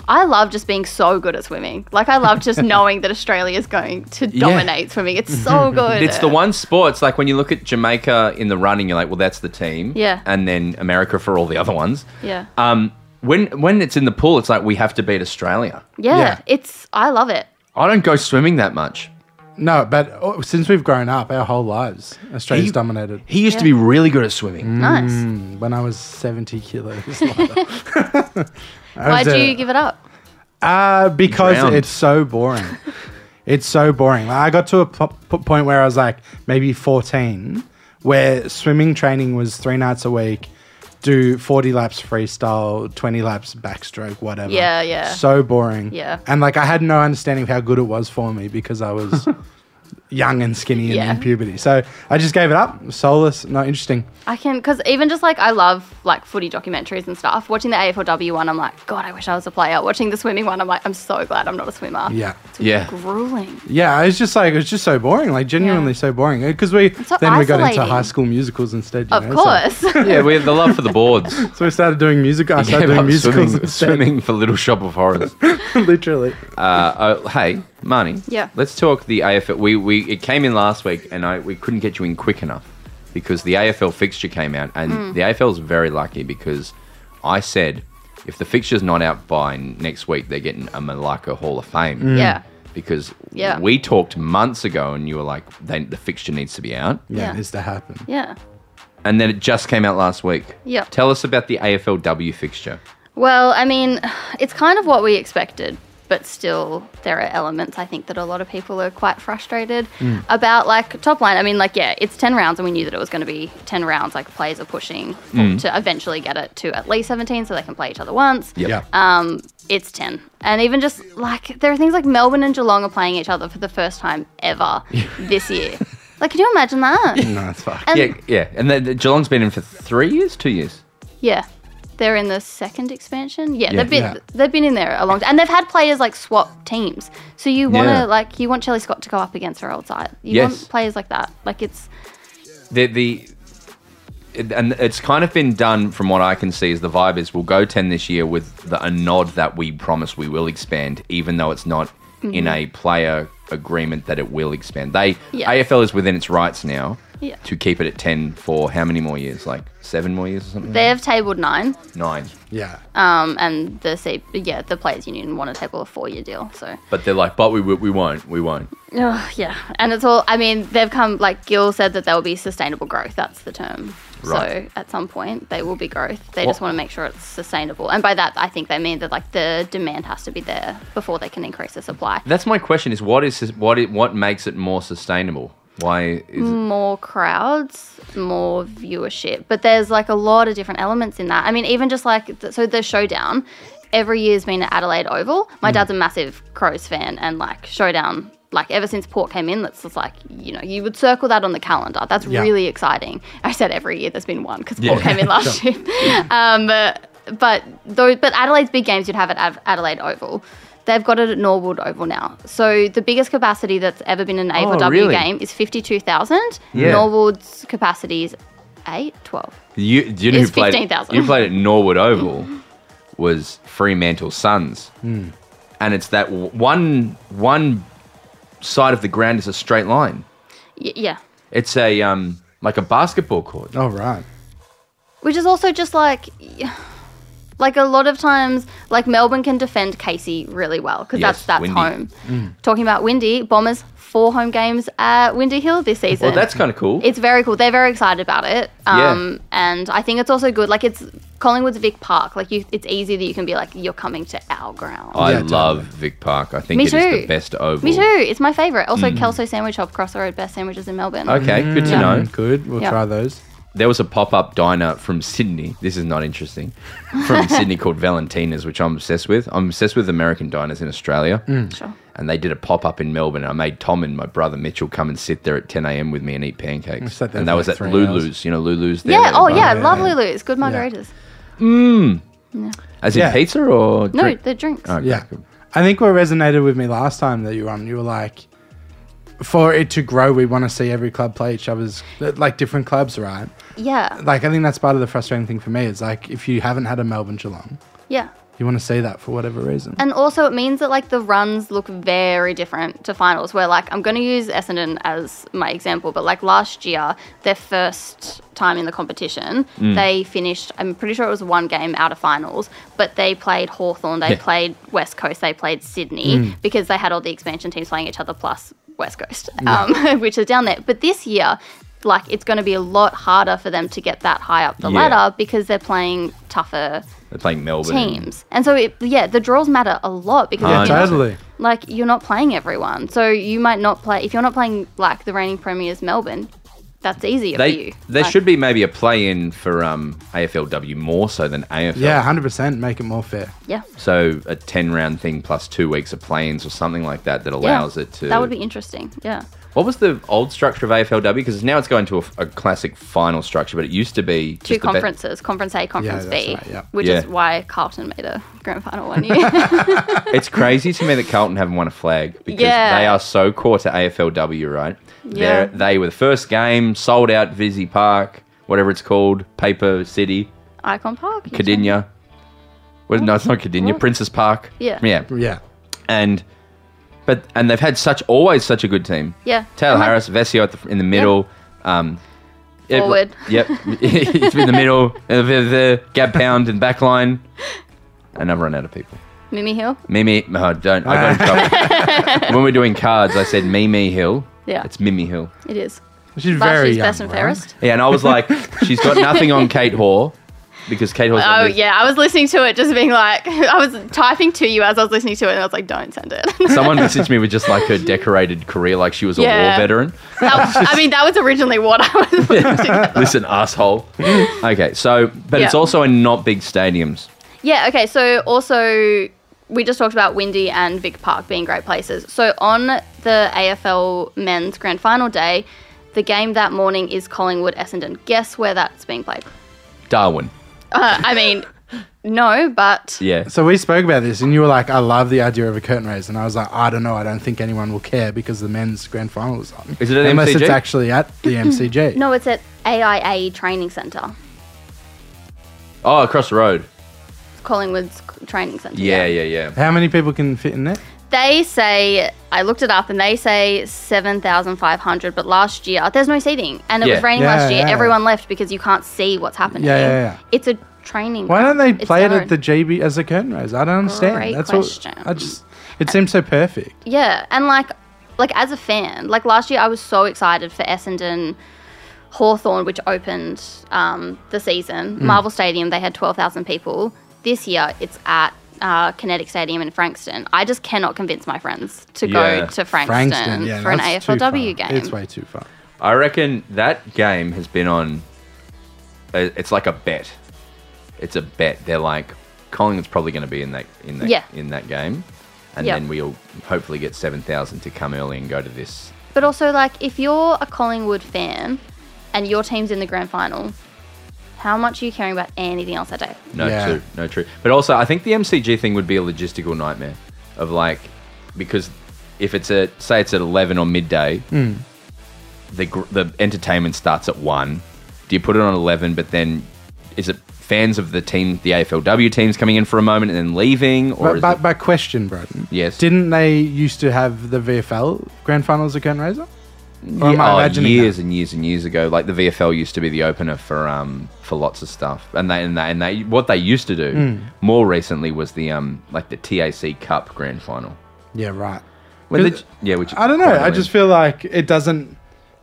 S4: I love just being so good at swimming. Like I love just knowing that Australia is going to dominate swimming. It's so good.
S2: It's the one sport. It's like when you look at Jamaica in the running, you're like, well, that's the team.
S4: Yeah.
S2: And then America for all the other ones.
S4: Yeah.
S2: Um, when when it's in the pool, it's like we have to beat Australia.
S4: yeah.
S3: yeah.
S4: It's I love it.
S2: I don't go swimming that much.
S3: No, but oh, since we've grown up, our whole lives, Australia's dominated.
S2: He used to be
S4: Yeah.
S2: really good at swimming.
S4: Nice.
S2: Hmm.
S3: When I was 70 kilos.
S4: Why'd you give it up?
S3: Uh, because
S2: Drowned.
S3: it's so boring. it's so boring. Like, I got to a po- po- point where I was like maybe 14, where swimming training was three nights a week, do 40 laps freestyle, 20 laps backstroke, whatever.
S4: Yeah, yeah.
S3: So boring.
S4: Yeah.
S3: And like I had no understanding of how good it was for me because I was young and skinny and
S4: Yeah.
S3: in puberty. So I just gave it up. Soulless, not interesting.
S4: I can because even just like I love like footy documentaries and stuff. Watching the AFLW one, I'm like, God, I wish I was a player. Watching the swimming one, I'm like, I'm so glad I'm not a swimmer.
S3: Yeah.
S4: It's
S2: Yeah.
S4: grueling.
S3: Yeah, it's just like it's just so boring, like genuinely so boring. Because we
S4: so
S3: then we got into
S4: isolating.
S3: high school musicals instead. You
S4: Of
S3: know, so-
S4: course.
S2: Yeah, we have the love for the boards.
S3: So, we started doing music. I started doing musicals
S2: swimming,
S3: instead,
S2: swimming for Little Shop of Horrors.
S3: literally.
S2: Uh, oh, hey, Marnie.
S4: Yeah.
S2: Let's talk the AFL. We, we it came in last week, and I we couldn't get you in quick enough because the AFL fixture came out, and
S4: Mm.
S2: the AFL is very lucky because I said if the fixture's not out by next week, they're getting a Malacca Hall of Fame.
S3: Mm.
S4: Yeah.
S2: Because
S4: Yeah.
S2: we talked months ago, and you were like, they, the fixture needs to be out,
S3: Yeah,
S4: Yeah.
S3: it needs to happen.
S4: Yeah.
S2: and then it just came out last week.
S4: Yeah.
S2: Tell us about the AFLW fixture.
S4: Well, I mean, it's kind of what we expected, but still, there are elements I think that a lot of people are quite frustrated about. Like top line, I mean, like yeah, it's ten rounds, and we knew that it was going to be ten rounds. Like players are pushing to eventually get it to at least seventeen, so they can play each other once.
S3: Yeah,
S4: Um, it's 10. And even just like, there are things like Melbourne and Geelong are playing each other for the first time ever this year. Like, can you imagine that?
S3: no, it's fucked.
S4: And,
S2: Yeah, yeah, and the, the Geelong's been in for three years, two years.
S4: Yeah. They're in the second expansion. Yeah,
S2: Yeah.
S4: they've been
S3: Yeah.
S4: they've been in there a long time, and they've had players like swap teams. So you want to
S2: Yeah.
S4: like you want Shelley Scott to go up against her old side. You
S2: Yes.
S4: want players like that. Like it's
S2: the the it- and it's kind of been done from what I can see is the vibe is we'll go 10 this year with the, a nod that we promise we will expand even though it's not
S4: Mm-hmm.
S2: in a player agreement that it will expand. They
S4: Yeah.
S2: AFL is within its rights now
S4: Yeah.
S2: to keep it at 10 for how many more years? Like 7 more years or something?
S4: they've tabled nine,
S2: 9.
S3: Yeah,
S4: um, and the C- yeah the players union want to table a four year deal. So
S2: But they're like but we w- we won't. We won't.
S4: Ugh, yeah, and it's all. I mean, they've come like Gil said that there will be sustainable growth. That's the term.
S2: Right.
S4: So at some point they will be growth. They just
S2: What-
S4: want to make sure it's sustainable, and by that I think they mean that like the demand has to be there before they can increase the supply.
S2: That's my question is what is what it, what makes it more sustainable? Why is it
S4: more crowds, more viewership. But there's like a lot of different elements in that. I mean, even just like th- so the showdown every year's been at Adelaide Oval. My
S2: Mm.
S4: dad's a massive Crows fan, and like showdown. Like ever since Port came in, that's just like you know you would circle that on the calendar. That's
S3: Yeah.
S4: really exciting. I said every year there's been one because Port
S2: Yeah.
S4: came in last year. Um, uh, but though, but Adelaide's big games you'd have at Ad- Adelaide Oval. They've got it at Norwood Oval now. So the biggest capacity that's ever been in an AFLW
S2: Oh, really?
S4: game is 52,000.
S2: Yeah.
S4: Norwood's capacity is 8, 12.
S2: You, do you know
S4: It's Mm.
S2: who played?
S4: 15,000.
S2: You played at Norwood Oval was Fremantle Suns, and it's that w- one one side of the ground is a straight line.
S4: Y- yeah.
S2: It's a um like a basketball court.
S3: all right.
S4: Which is also just like, y- like a lot of times, like Melbourne can defend Casey really well because
S2: Yes,
S4: that's that's
S2: windy. Mm.
S4: home. Talking about Windy, Bombers four home games at Windy Hill this season.
S2: Well, that's kind of cool.
S4: It's very cool. They're very excited about it.
S2: Yeah.
S4: Um, And I think it's also good. Like it's Collingwood's Vic Park. Like you, it's easy that you can be like, you're coming to our ground.
S2: I
S3: Yeah,
S2: love Vic Park. I think
S4: Me
S2: it is the
S4: too.
S2: best oval.
S4: Me too. It's my favorite. Also, Kelso Sandwich Shop across the road, best sandwiches in Melbourne.
S2: Mm. Okay, good to know.
S3: Mm, good. We'll
S4: Yeah.
S3: try those.
S2: There was a pop up diner from Sydney. This is not interesting. From Sydney called Valentina's, which I'm obsessed with. I'm obsessed with American diners in Australia.
S4: Sure.
S2: and they did a pop up in Melbourne. And I made Tom and my brother Mitchell come and sit there at 10 a.m. with me and eat pancakes.
S3: sat there
S2: And
S3: for
S2: that was
S3: like
S2: at
S3: three
S2: Lulu's, you know, Lulu's. There,
S4: Yeah.
S2: there,
S4: Oh
S2: right?
S4: yeah. Love Lulu's. Good margaritas.
S2: As in
S3: Yeah.
S2: pizza or
S4: No,
S2: drink? Oh,
S4: they're drinks.
S2: Okay,
S3: Yeah,
S2: cool.
S3: I think what resonated with me last time that you were on, you were like, for it to grow, we want to see every club play each other's like different clubs, right?
S4: yeah.
S3: Like I think that's part of the frustrating thing for me is like if you haven't had a Melbourne Geelong,
S4: Yeah.
S3: You want to see that for whatever reason.
S2: Mm.
S4: And also, it means that like the runs look very different to finals. Where like I'm going to use Essendon as my example, but like last year, their first time in the competition,
S2: Mm.
S4: they finished. I'm pretty sure it was one game out of finals, but they played Hawthorn, they
S2: Yeah. Mm.
S4: played West Coast, they played Sydney because they had all the expansion teams playing each other plus West Coast, um, which is down there. But this year. Like it's going to be a lot harder for them to get that high up the
S2: Yeah.
S4: ladder because they're playing tougher
S2: They're playing Melbourne.
S4: teams. And so, it, yeah, the draws matter a lot because
S3: Uh,
S2: Yeah,
S4: you know,
S3: totally.
S4: like you're not playing everyone. So you might not play if you're not playing like the reigning premiers Melbourne. That's easier for
S2: They
S4: you.
S2: there
S4: Like,
S2: should be maybe a play in for um, AFLW more so than AFL.
S3: Yeah, 100% make it more fair.
S4: yeah,
S2: So a ten round thing plus two weeks of play-ins or something like that that
S4: yeah.
S2: allows it to.
S4: That would be interesting. Yeah,
S2: What was the old structure of AFLW? Because now it's going to a, a classic final structure, but it used to be
S4: two
S2: just the be-
S4: conferences, conference A, conference
S3: that's
S4: B,
S3: right, yeah.
S4: which is
S2: Yeah.
S4: why Carlton made a grand final one year.
S2: it's crazy to me that Carlton haven't won a flag because
S4: Yeah.
S2: they are so core to AFLW, right? They're,
S4: Yeah.
S2: they were the first game sold out Vizzy Park, whatever it's called, Paper City,
S4: Icon Park, you said?
S2: Cadinia. Well, no, it's not Cadinia,
S4: What?
S2: Princess Park.
S4: Yeah.
S2: yeah,
S3: Yeah.
S2: and but and they've had such always such a good team.
S4: Yeah,
S2: Taylor
S4: And, like,
S2: Harris, Vesio at the, in the middle. Um, it-
S4: Forward.
S2: yep. it's in the middle. uh, the, the Gab Pound and backline. And I've run out of people.
S4: Mimi Hill.
S2: Mimi, oh, don't. I got in trouble. when we're doing cards, I said Mimi Hill.
S4: Yeah.
S2: It's Mimi Hill.
S4: It is.
S3: She's
S4: Last
S3: very
S4: year's
S3: young.
S4: best and
S3: right?
S4: fairest.
S2: Yeah, and I was like, she's got nothing on Kate Hoare because Kate Hoare's on
S4: Oh
S2: this-
S4: yeah, I was listening to it, just being like, I was typing to you as I was listening to it, and I was like, don't send it.
S2: Someone messaged me with just like her decorated career, like she was a war
S4: Yeah.
S2: veteran.
S4: That was- I mean, that was originally what I was.
S2: Listen, asshole. okay, so, but it's
S4: Yeah.
S2: also in not big stadiums.
S4: yeah. Okay. So also, we just talked about Windy and Vic Park being great places. So on the AFL Men's Grand Final day, the game that morning is Collingwood Essendon. Guess where that's being played?
S2: Darwin.
S4: Uh, I mean, no, but
S2: Yeah.
S3: So we spoke about this, and you were like, "I love the idea of a curtain raise," and I was like, "I don't know. I don't think anyone will care because the men's grand final is on.
S2: Is it at the
S3: Unless
S2: MCG?
S3: it's actually at the MCG?
S4: no, it's at AIA Training Centre,
S2: Oh, across the road.
S4: It's Collingwood's training centre.
S2: Yeah, yeah, yeah.
S3: How many people can fit in there?
S4: They say I looked it up, and they say seven thousand five hundred. But last year, oh, there's no seating, and it
S2: Yeah.
S4: was raining
S3: Yeah,
S4: last year.
S3: yeah.
S4: Everyone left because you can't see what's happening.
S3: Yeah, yeah, yeah.
S4: It's a training.
S3: Why don't they
S4: ground. It's
S3: play it
S4: their
S3: at the
S4: own-
S3: GB as a curtain raise? I don't understand.
S4: Great
S3: That's
S4: question.
S3: all. I just. It seems so perfect.
S4: Yeah, and like, like as a fan, like last year, I was so excited for Essendon. Hawthorn, which opened um, the
S3: Mm.
S4: season, Marvel Stadium, they had 12,000 people. This year, it's at uh, Kinetic Stadium in Frankston. I just cannot convince my friends to
S2: Yeah.
S4: go to Frankston,
S3: yeah,
S4: for an
S3: that's too
S4: AFLW
S3: far.
S4: game.
S3: It's way too far.
S2: I reckon that game has been on. uh, It's like a bet. It's a bet. They're like Collingwood's probably going to be in that in that
S4: Yeah.
S2: in that game, and
S4: Yeah.
S2: then we'll hopefully get seven thousand to come early and go to this.
S4: But also, like, if you're a Collingwood fan and your team's in the grand final, how much are you caring about anything else that day?
S2: No
S3: Yeah.
S2: true, no true. But also, I think the MCG thing would be a logistical nightmare, of like, because if it's at say it's at eleven or midday,
S3: Hmm.
S2: the gr- the entertainment starts at one. Do you put it on eleven? But then, is it fans of the team, the AFLW teams, coming in for a moment and then leaving, or
S3: But,
S2: is
S3: but,
S2: it-
S3: but question, Broden.
S2: Yes.
S3: Didn't they used to have the VFL grand final as a curtain raiser? Or am
S2: Yeah,
S3: I
S2: oh,
S3: imagining that?
S2: years and years and years ago, like the VFL used to be the opener for um for lots of stuff, and they and they and they what they used to do
S3: Hmm.
S2: more recently was the um like the TAC Cup Grand Final.
S3: Yeah, right.
S2: When the,
S3: 'Cause-
S2: yeah, which
S3: I don't know. I
S2: finally-
S3: just feel like it doesn't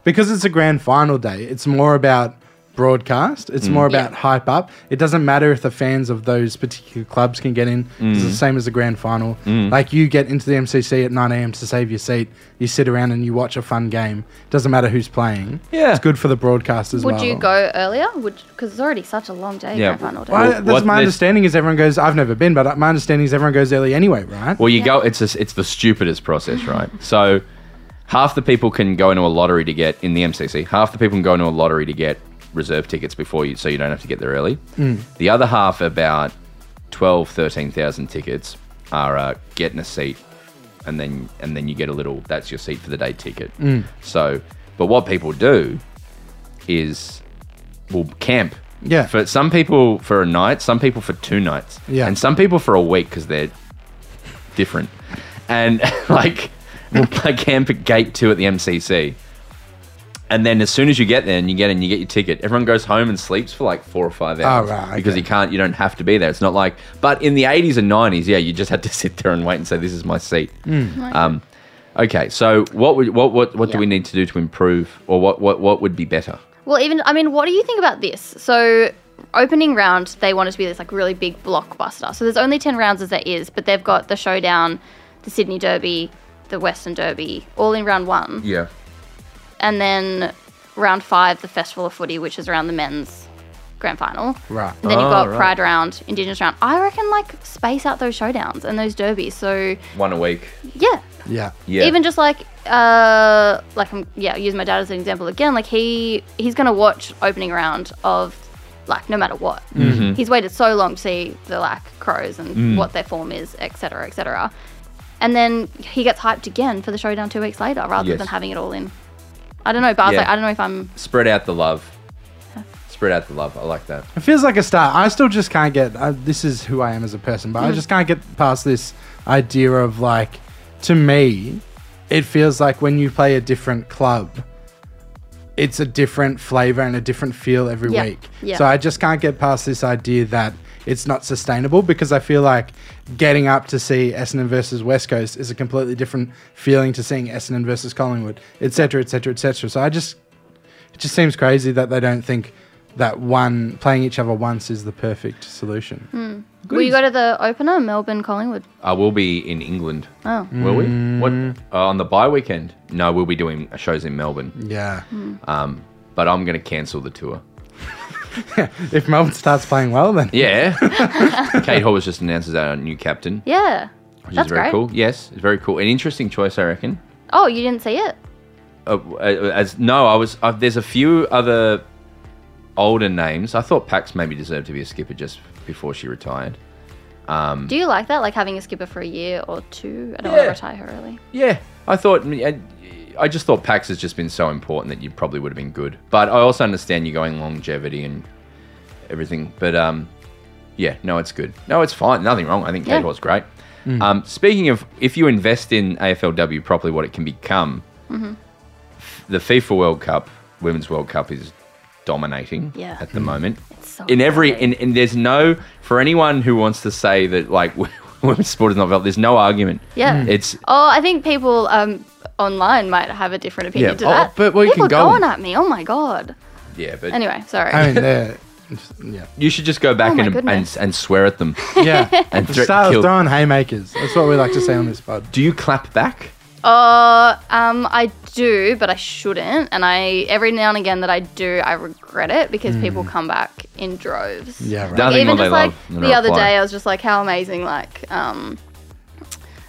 S3: because it's a grand final day. It's more about broadcast. It's
S2: Mm.
S3: more about
S4: Yeah.
S3: hype up. It doesn't matter if the fans of those particular clubs can get in. It's
S2: Mm.
S3: the same as the grand final. Like you get into the MCC at 9 a.m. to save your seat. You sit around and you watch a fun game. doesn't matter who's playing.
S2: Yeah.
S3: it's good for the broadcast as
S4: Would
S3: well.
S4: you go earlier? Would because it's already such a long day,
S2: Yeah,
S4: grand final day.
S3: Well,
S2: Well,
S3: that's
S2: what
S3: my
S2: this-
S3: understanding is everyone goes. I've never been, but my understanding is everyone goes early anyway, right?
S2: Well, you go. It's just, it's the stupidest process, right? so, half the people can go into a lottery to get in the MCC. Half the people can go into a lottery to get reserve tickets before you, so you don't have to get there early.
S3: Mm.
S2: The other half, about 12, 13,000 tickets, are uh, getting a seat, and then and then you get a little. That's your seat for the day ticket.
S3: Mm.
S2: So, but what people do is will camp
S3: Yeah.
S2: For some people for a night, some people for two nights,
S3: Yeah.
S2: and some people for a week because they're different. And like, we'll play camp at gate two at the MCC. And then as soon as you get there and you get in, you get your ticket. Everyone goes home and sleeps for like four or five hours
S3: Oh, right, okay.
S2: because you can't, you don't have to be there. It's not like, but in the eighties and nineties, yeah, you just had to sit there and wait and say, "This is my seat."
S3: Hmm.
S2: Um, okay, so what would, what what what do
S4: Yeah.
S2: we need to do to improve, or what what what would be better?
S4: Well, even I mean, what do you think about this? So, opening round, they want it to be this like really big blockbuster. So there's only ten rounds as there is, but they've got the showdown, the Sydney Derby, the Western Derby, all in round one,
S2: Yeah.
S4: and then round five, the Festival of Footy, which is around the men's grand final.
S3: Right.
S4: And then you've
S2: Oh,
S4: got
S2: right.
S4: Pride round, Indigenous round. I reckon like space out those showdowns and those derbies. So
S2: One a week.
S4: yeah,
S3: Yeah.
S2: Yeah.
S4: even just like uh like I'm yeah use my dad as an example again like he he's gonna watch opening round of like no matter what
S2: Mm-hmm.
S4: he's waited so long to see the like crows and
S2: Mm.
S4: what their form is etc cetera, etc cetera. and then he gets hyped again for the showdown two weeks later rather
S2: Yes.
S4: than having it all in I don't know but I was
S2: Yeah.
S4: like I don't know if I'm
S2: spread out the love. Spread out the love. I like that.
S3: It feels like a start. I still just can't get. Uh, this is who I am as a person,
S2: Hmm.
S3: but I just can't get past this idea of like. To me, it feels like when you play a different club, it's a different flavor and a different feel every
S4: Yeah,
S3: week.
S4: yeah.
S3: So I just can't get past this idea that it's not sustainable because I feel like getting up to see Essendon versus West Coast is a completely different feeling to seeing Essendon versus Collingwood, etc., etc., etc. So I just it just seems crazy that they don't think that one playing each other once is the perfect solution.
S4: Hmm. will you go to the opener Melbourne Collingwood
S2: I will Uh, be in England.
S4: oh
S2: Will we? What uh, on the bye weekend? No, we'll be doing shows in Melbourne.
S3: Yeah.
S4: Hmm.
S2: Um, but I'm going to cancel the tour.
S3: If Melbourne starts playing well, then
S2: Yeah. Kate Hall was just announced as our new captain,
S4: yeah
S2: which
S4: that's
S2: is very
S4: great
S2: cool. Yes, it's very cool. An interesting choice, I reckon.
S4: oh you didn't see it
S2: Uh, uh, as no, I was. Uh, there's a few other older names. I thought Pax maybe deserved to be a skipper just before she retired.
S4: do you like that like having a skipper for a year or two I don't
S2: Yeah.
S4: want to retire her early
S2: Yeah, I thought. I I just thought Pax has just been so important that you probably would have been good. But I also understand you going longevity and everything. But um, yeah, no, it's good. No, it's fine. Nothing wrong. I think
S4: Yeah.
S2: Kate Hall's great. Um, speaking of, if you invest in AFLW properly, what it can become,
S4: Mm-hmm.
S2: the FIFA World Cup, Women's World Cup is dominating
S4: Yeah.
S2: at the moment
S4: so
S2: in every
S4: exciting.
S2: in, in there's no for anyone who wants to say that like women's sport is not developed there's no argument
S4: Yeah. Mm.
S2: it's
S4: Oh, I think people um, online might have a different opinion
S2: Yeah.
S4: to
S2: Oh,
S4: that.
S2: but we can
S4: people
S2: go
S4: going
S2: on.
S4: at me. Oh my god.
S2: yeah but
S4: Anyway, sorry.
S3: I mean, they're just- yeah,
S2: You should just go back
S4: Oh my
S2: and, and
S4: goodness.
S2: and swear at them
S3: yeah.
S2: and threaten
S3: Start
S2: kill.
S3: throwing haymakers. That's what we like to say on this pod.
S2: Do you clap back?
S4: uh, um, I do, but I shouldn't. And I every now and again that I do, I regret it because
S2: Mm.
S4: people come back in droves.
S3: Yeah, right.
S2: Nothing more
S4: Even
S2: they
S4: just like
S2: love than a
S4: the other
S2: reply.
S4: day, I was just like, how amazing! Like, um,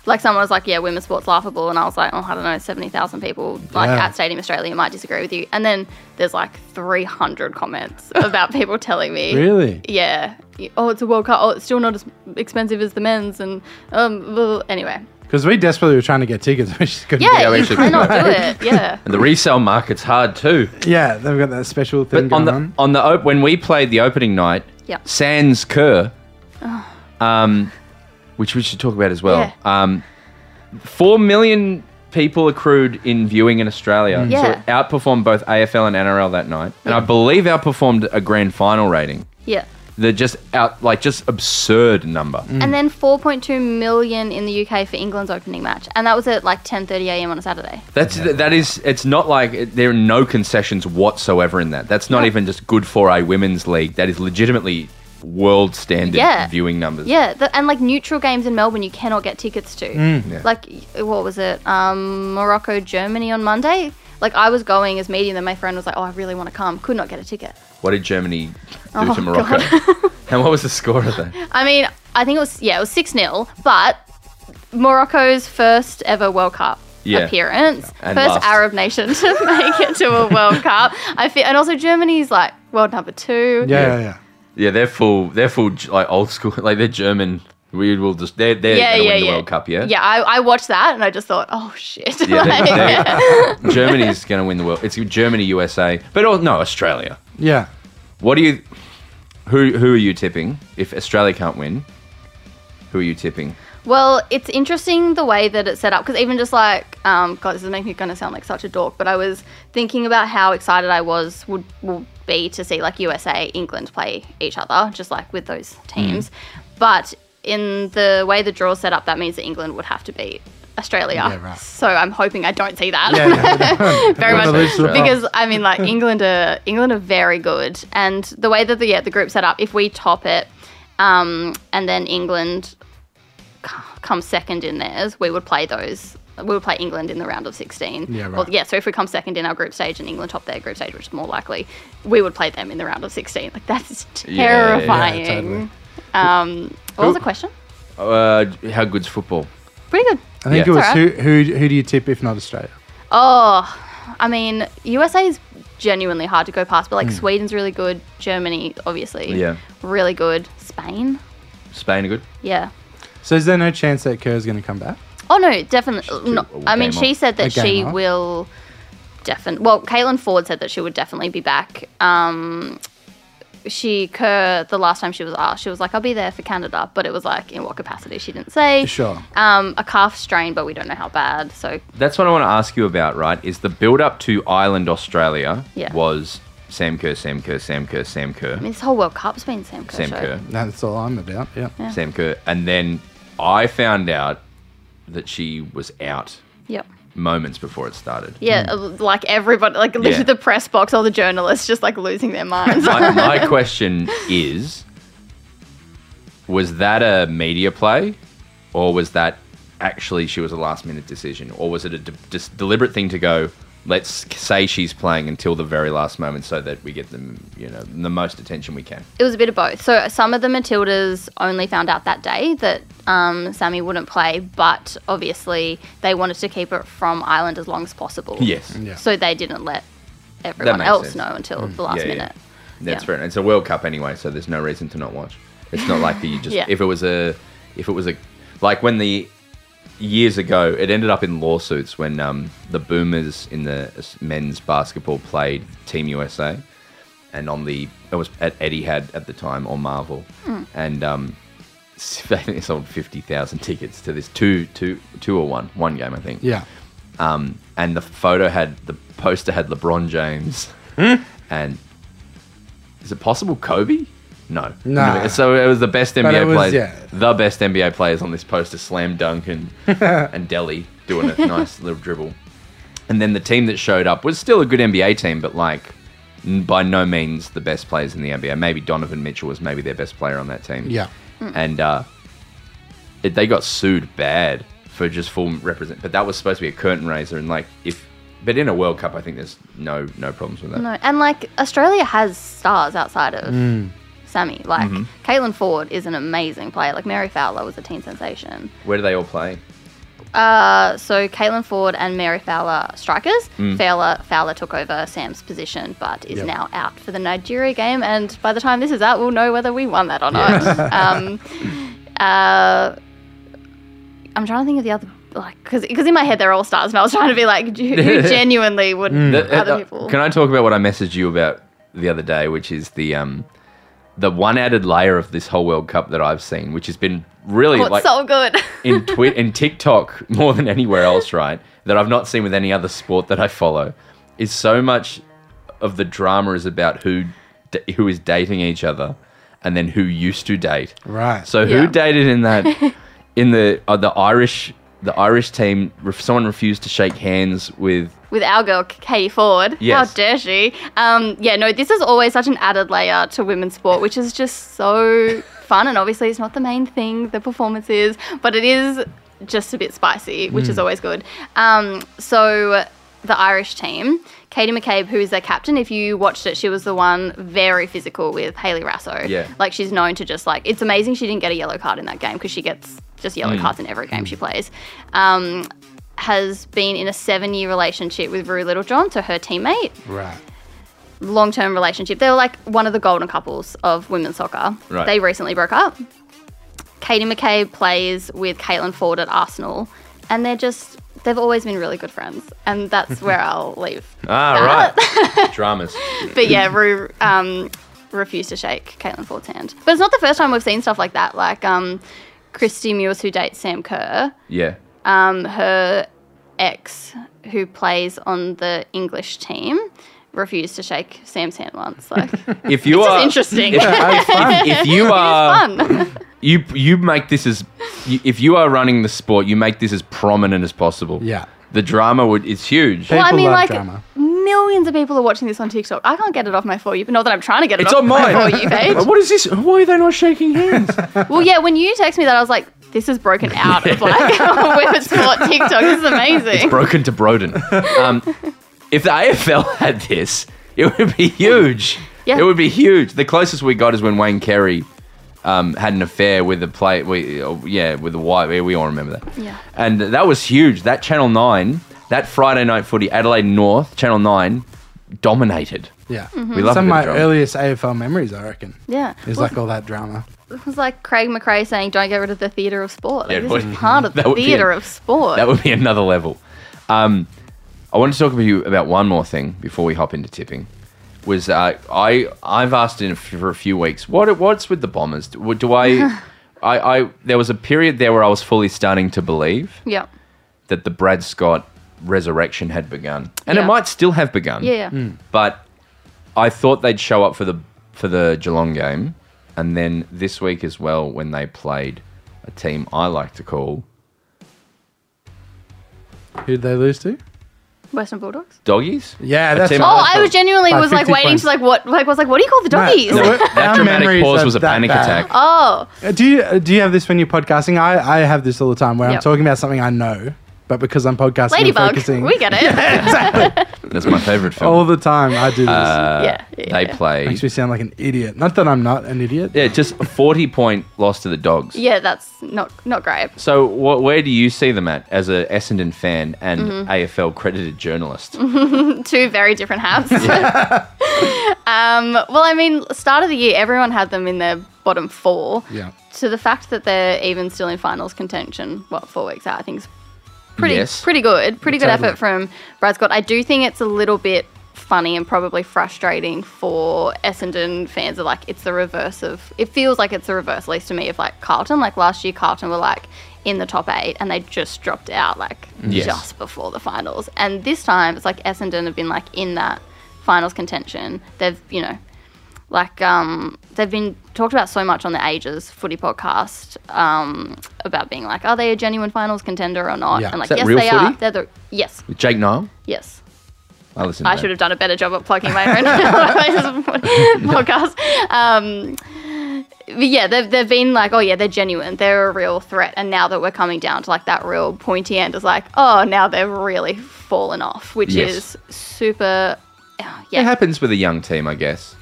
S4: like someone was like, yeah, women's sports laughable, and I was like, oh, I don't know, seventy thousand people like
S3: Yeah.
S4: at Stadium Australia might disagree with you, and then there's like three hundred comments about people telling me,
S3: Really?
S4: yeah, oh, it's a World Cup, oh, it's still not as expensive as the men's, and um, well, anyway,
S3: Because we desperately were trying to get tickets. We just couldn't.
S4: yeah,
S2: we
S4: you
S2: should
S4: cannot
S2: do
S4: do it, yeah.
S2: And the resale market's hard too.
S3: Get, yeah, they've got that special thing
S2: But on
S3: going
S2: the
S3: on.
S2: on, the op- when we played the opening night,
S4: Yeah.
S2: Sans Kerr,
S4: Oh.
S2: um, which we should talk about as well. Um, Four million people accrued in viewing in Australia,
S3: Mm.
S2: so it
S4: Yeah.
S2: outperformed both AFL and NRL that night, and I believe outperformed a grand final rating.
S4: Yeah.
S2: They're just out like just absurd number.
S4: And then 4.2 million in the UK for England's opening match. And that was at like 10:30 a.m. on a Saturday.
S2: That's that is. It's not like it- there are no concessions whatsoever in that. That's not even just good for a women's league. That is legitimately world standard
S4: Yeah.
S2: viewing numbers.
S4: Yeah, the, and like neutral games in Melbourne, you cannot get tickets to.
S2: Yeah.
S4: Like, what was it? Um, Morocco, Germany on Monday. Like, I was going as meeting, then my friend was like, "Oh, I really want to come." Could not get a ticket.
S2: What did Germany do
S4: Oh,
S2: to Morocco? and what was the score of that?
S4: I mean, I think it was yeah, it was six 0 but Morocco's first ever World Cup.
S2: Yeah.
S4: appearance
S2: And
S4: first
S2: last.
S4: arab nation to make it to a world cup i feel and also germany's like world number two
S3: yeah, yeah, yeah.
S2: Yeah, they're full. They're full G- like old school. Like they're German. We will just. They're they're
S4: yeah,
S2: gonna
S4: yeah,
S2: win the
S4: yeah.
S2: World Cup. Yeah.
S4: yeah. I, I watched that and I just thought, oh shit.
S2: Yeah,
S4: Like,
S2: they- they- Germany's going to win the world. It's Germany, USA, but all, no oh, Australia.
S3: Yeah.
S2: What do you? Who who are you tipping? If Australia can't win, who are you tipping?
S4: Well, it's interesting the way that it's set up because even just like, um, God, this is making me going to sound like such a dork, but I was thinking about how excited I was would will be to see like USA, England play each other, just like with those teams.
S3: Mm.
S4: But in the way the draw's set up, that means that England would have to beat Australia.
S3: Yeah, right.
S4: So I'm hoping I don't see that
S3: Yeah, yeah, yeah.
S4: very
S3: Wanna
S4: much
S3: lose to the
S4: because I mean, like England are England are very good, and the way that the yeah the group set up, if we top it, um, and then England c- comes second in theirs, we would play those. We would play England in the round of sixteen.
S3: Yeah, right.
S4: Well, yeah. So if we come second in our group stage and England top their group stage, which is more likely, we would play them in the round of sixteen. Like that's
S2: Yeah, yeah,
S4: terrifying.
S3: totally.
S4: Um, what was the question?
S2: Uh, how good's football?
S4: Pretty good.
S3: I think
S2: Yeah.
S3: it was
S4: It's
S3: who, who who do you tip if not Australia?
S4: Oh, I mean, USA is genuinely hard to go past, but like Sweden's really good. Germany, obviously,
S2: Hmm. Yeah.
S4: really good. Spain,
S2: Spain are good.
S4: yeah.
S3: So is there no chance that Kerr's going to come back?
S4: Oh no, definitely. No,
S2: took a
S4: I mean,
S2: game
S4: she
S2: off.
S4: said
S3: A
S4: that
S3: game
S4: she
S3: off.
S4: will. Defin- well, Caitlin Ford said that she would definitely be back. Um, she Kerr the last time she was asked, she was like, "I'll be there for Canada," but it was like in what capacity she didn't say.
S3: Sure.
S4: Um, a calf strain, but we don't know how bad. So
S2: That's what I want to ask you about, right? Is the build up to Ireland, Australia
S4: Yeah.
S2: was Sam Kerr, Sam Kerr, Sam Kerr, Sam Kerr,
S4: I mean, this whole World Cup's been Sam Kerr.
S2: Sam
S4: show.
S2: Kerr,
S3: That's all I'm about. Yeah.
S2: Sam Kerr. And then I found out that she was out
S4: Yep.
S2: moments before it started.
S4: Yeah, uh, like everybody, like literally
S2: Mm. Yeah.
S4: the press box, all the journalists just like losing their minds.
S2: My, my question is was that a media play or was that actually she was a last minute decision or was it a de- dis- deliberate thing to go let's say she's playing until the very last moment so that we get them you know the most attention we can
S4: it was a bit of both. So some of the Matildas only found out that day that um, Sammy wouldn't play, but obviously they wanted to keep it from Ireland as long as possible.
S2: yes
S3: Yeah.
S4: So they didn't let everyone
S2: makes
S4: else
S2: sense. Mm.
S4: know until the last
S2: Yeah, yeah.
S4: minute.
S2: that's
S4: Yeah.
S2: fair it's a world cup anyway so there's no reason to not watch it's not like that you just
S4: Yeah.
S2: if it was a if it was a like when the years ago, it ended up in lawsuits when um, the Boomers in the men's basketball played Team USA, and on the it was at Eddie had at the time on Marvel,
S4: Hmm.
S2: and um, I think they sold fifty thousand tickets to this two two two or one one game I think
S3: Yeah.
S2: um, and the photo had the poster had LeBron James
S3: Hmm?
S2: and is it possible Kobe? No,
S3: Nah.
S2: No. So it was the best NBA
S3: it was-
S2: players,
S3: yeah.
S2: the best NBA players on this poster: Slam Dunk and and Delhi doing a nice little dribble. And then the team that showed up was still a good NBA team, but like n- by no means the best players in the NBA. Maybe Donovan Mitchell was maybe their best player on that team.
S3: Yeah.
S2: and uh, it, they got sued bad for just full represent. But that was supposed to be a curtain raiser, and like if, but in a World Cup, I think there's no no problems with that.
S4: No, and like Australia has stars outside of Sammy. Like
S2: Mm-hmm.
S4: Caitlin Ford is an amazing player. Like Mary Fowler was a teen sensation.
S2: Where do they all
S4: Mm.
S2: play?
S4: Uh, so Caitlin Ford and Mary Fowler strikers.
S2: Mm.
S4: Fowler Fowler took over Sam's position, but is
S3: Yep.
S4: now out for the Nigeria game. And by the time this is out, we'll know whether we won that or not. um, uh, I'm trying to think of the other like because in my head they're all stars, and I was trying to be like who who genuinely would
S2: The-
S4: other
S2: uh,
S4: people.
S2: Can I talk about what I messaged you about the other day, which is the um, the one added layer of this whole World Cup that I've seen, which has been really
S4: Oh, it's
S2: like
S4: so good.
S2: in Twitter and TikTok more than anywhere else, right? That I've not seen with any other sport that I follow is so much of the drama is about who d- who is dating each other and then who used to date.
S3: Right.
S2: So
S4: Yeah.
S2: who dated in that in the uh, the Irish the Irish team ref- someone refused to shake hands with
S4: with our girl Katie Ford.
S2: Yes.
S4: How dirty. Um, yeah, no, this is always such an added layer to women's sport, which is just so fun. And obviously, it's not the main thing, the performance is, but it is just a bit spicy, which is always good. Um, so the Irish team, Katie McCabe, who is their captain, if you watched it, she was the one very physical with Hayley Rasso.
S2: Yeah.
S4: Like, she's known to just, like, it's amazing she didn't get a yellow card in that game because she gets just yellow cards in every game she plays. Um, has been in a seven year relationship with Rue Littlejohn, so her teammate.
S3: Right.
S4: Long term relationship. They were like one of the golden couples of women's soccer.
S2: Right.
S4: They recently broke up. Katie McCabe plays with Caitlin Ford at Arsenal, and they're just, they've always been really good friends. And that's where I'll leave.
S2: ah right dramas.
S4: But yeah, Rue, um, refused to shake Caitlin Ford's hand. But it's not the first time we've seen stuff like that. Like um, Christy Mewes, who dates Sam Kerr,
S2: Yeah.
S4: um, her ex, who plays on the English team, refused to shake Sam's hand once. Like,
S2: If you
S4: just
S2: are
S4: interesting.
S2: If, if you are
S4: it's fun.
S2: you you make this as you, if you are running the sport, you make this as prominent as possible.
S3: Yeah.
S2: The drama would it's huge.
S3: Hey.
S4: Well, I
S3: People
S4: mean,
S3: love
S4: like
S3: drama.
S4: millions of people are watching this on TikTok. I can't get it off my for you, but not that I'm trying to get it
S2: It's
S4: off
S2: on
S4: my
S2: mine.
S4: for you page.
S2: uh, What is this? Why are they not shaking hands?
S4: Well, yeah, when you text me that, I was like, this is broken out of like web sport TikTok. This is amazing.
S2: Broken to Broden. Um, if the AFL had this, it would be huge.
S4: Yeah.
S2: It would be huge. The closest we got is when Wayne Carey um, had an affair with a play. We, oh, yeah, with the wife. We, we all remember that.
S4: Yeah.
S2: And that was huge. That Channel Nine, that Friday night footy, Adelaide North, Channel Nine, dominated.
S3: Yeah.
S4: Mm-hmm.
S2: We love
S3: Some
S2: a bit
S3: of my
S2: of drama.
S3: earliest AFL memories, I reckon.
S4: yeah.
S3: Is
S4: well,
S3: like all that drama.
S4: it was like Craig McRae saying, don't get rid of the theatre of sport. Like,
S2: Yeah, it
S4: this
S2: would-
S4: is part of
S2: that
S4: the
S2: would be
S4: theatre
S2: it.
S4: of sport.
S2: That would be another level. Um, I wanted to talk with you about one more thing before we hop into tipping. Was uh, I? I've asked in for a few weeks. What what's with the bombers? Do, do I, I? I there was a period there where I was fully starting to believe
S4: yeah.
S2: that the Brad Scott resurrection had begun, and it
S4: Yeah.
S2: might still have begun.
S4: Yeah. yeah.
S2: But I thought they'd show up for the for the Geelong game, and then this week as well when they played a team I like to call
S3: Who'd they lose to?
S4: Western Bulldogs.
S2: Doggies.
S3: Yeah,
S2: A
S3: that's
S2: team
S3: right.
S4: Oh,
S2: like
S4: I
S2: to-
S4: was genuinely
S3: By
S4: was like
S3: 50
S4: waiting
S3: points.
S4: to like what like was like what do you call the
S3: Matt,
S4: doggies?
S3: what-
S2: that
S3: our
S2: dramatic
S3: memories
S2: pause
S3: are
S2: was a
S3: that
S2: panic
S3: bad.
S2: attack.
S4: oh,
S3: Uh, Do you uh, do you have this when you're podcasting? I, I have this all the time where I'm
S4: Yep.
S3: talking about something I know, but because I'm podcasting, and
S4: Ladybug.
S3: focusing
S4: We get it.
S2: That's my favourite film.
S3: all the time. I do this.
S2: Uh,
S4: Yeah, yeah,
S2: they
S4: yeah.
S2: play.
S3: Oh, Makes me sound like an idiot. Not that I'm not an idiot.
S2: Yeah, just a forty-point loss to the Dogs.
S4: yeah, that's not not great.
S2: So, wh- where do you see them at as a Essendon fan and
S4: Mm-hmm.
S2: AFL credited journalist?
S4: two very different hats. um, well, I mean, start of the year, everyone had them in their bottom four.
S3: Yeah.
S4: To the fact that they're even still in finals contention, what four weeks out, I think is pretty
S2: Yes.
S4: pretty good, pretty good
S3: Totally.
S4: effort from Brad Scott. I do think it's a little bit funny and probably frustrating for Essendon fans. Are like it's the reverse of it feels like it's the reverse, at least to me, of like Carlton. Like last year, Carlton were like in the top eight and they just dropped out like
S2: Yes.
S4: just before the finals. And this time, it's like Essendon have been like in that finals contention. They've you know like um, they've been talked about so much on the Ages Footy podcast um, about being like, are they a genuine finals contender or not?
S3: Yeah.
S4: And like,
S2: Is that
S4: yes,
S2: real
S4: they are.
S2: footy?
S4: They're the yes,
S2: Jake Nile.
S4: yes.
S2: I listen. To
S4: I
S2: that.
S4: should have done a better job at plugging my own podcast. Um, but yeah, they've, they've been like, oh yeah, they're genuine. They're a real threat. And now that we're coming down to like that real pointy end, is like, oh, now they've really fallen off, which
S2: Yes.
S4: is super. Yeah,
S2: It happens with a young team, I guess.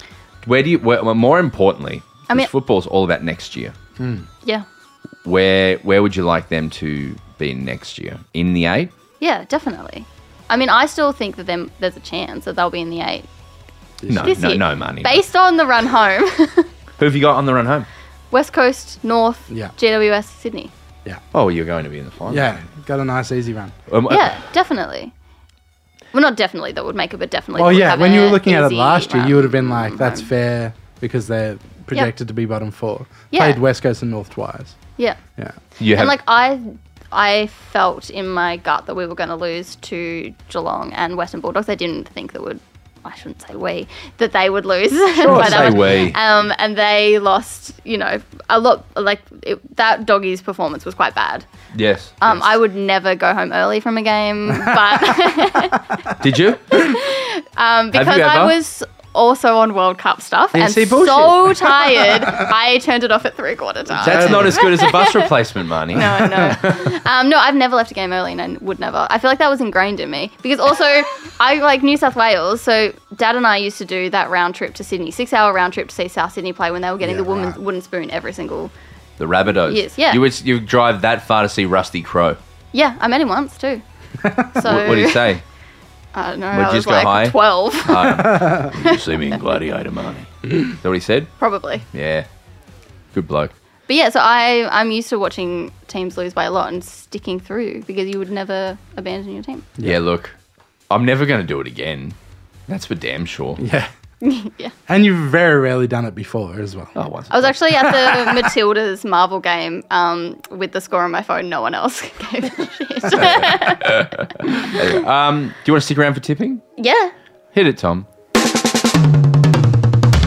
S2: Where do you? Where, well, more importantly,
S4: I
S2: I
S4: mean-
S2: football's all about next year.
S4: yeah,
S2: Where Where would you like them to be next year? In the eight?
S4: yeah, definitely. I mean, I still think that them- there's a chance that they'll be in the eight.
S2: No,
S4: This
S2: no,
S4: year.
S2: no, money.
S4: Based on the run home,
S2: Who have you got on the run home?
S4: West Coast, North,
S3: Yeah.
S4: GWS, Sydney.
S2: Oh, you're going to be in the final.
S3: Yeah, got a nice easy run.
S2: Um, uh,
S4: Yeah, definitely. Well, not definitely that would make it, but definitely.
S3: Oh
S4: that would
S3: yeah,
S4: have
S3: when you
S4: a
S3: were looking at it
S4: easy
S3: last year,
S4: run. Mm.
S3: you would have been like, "That's fair," because they're projected to be bottom four.
S4: Yeah.
S3: Played West Coast and North twice.
S4: Yeah,
S3: Yeah,
S2: You have
S4: and like I, I felt in my gut that we were going to lose to Geelong and Western Bulldogs. I didn't think that would. I shouldn't say we that they would lose. Sure,
S2: say we.
S4: Um, and they lost. You know, a lot. Like it, that doggies performance was quite bad.
S2: yes.
S4: Um, I would never go home early from a game, but
S2: Did you?
S4: um, because
S2: you
S4: I
S2: ever?
S4: was also on World Cup stuff and
S2: see, bullshit.
S4: so tired, I turned it off at three quarter time.
S2: That's not as good as a bus replacement, Marnie.
S4: no, no. Um, no, I've never left a game early and I would never. I feel like that was ingrained in me because also I like New South Wales. So dad and I used to do that round trip to Sydney, six hour round trip to see South Sydney play when they were getting
S3: Yeah,
S4: the woman's
S3: right.
S4: wooden spoon every single.
S2: The Rabbitohs.
S4: Yes, yeah.
S2: You would you would drive that far to see Rusty Crow.
S4: Yeah, I met him once too. So
S2: What, what do you say?
S4: I don't know.
S2: Would you
S4: I was
S2: just go
S4: like
S2: high?
S4: twelve,
S2: Um, you see me in Gladiator, Marnie. Is that what he said?
S4: probably.
S2: Yeah. Good bloke.
S4: But yeah, so I I'm used to watching teams lose by a lot and sticking through because you would never abandon your team.
S2: Yeah, look, I'm never going to do it again. That's for damn sure.
S3: yeah.
S4: yeah.
S3: And you've very rarely done it before as well.
S2: Oh, once.
S4: I was actually at the Matilda's Marvel game um, with the score on my phone. No one else gave a shit.
S2: Um, do you want to stick around for tipping?
S4: yeah.
S2: Hit it, Tom.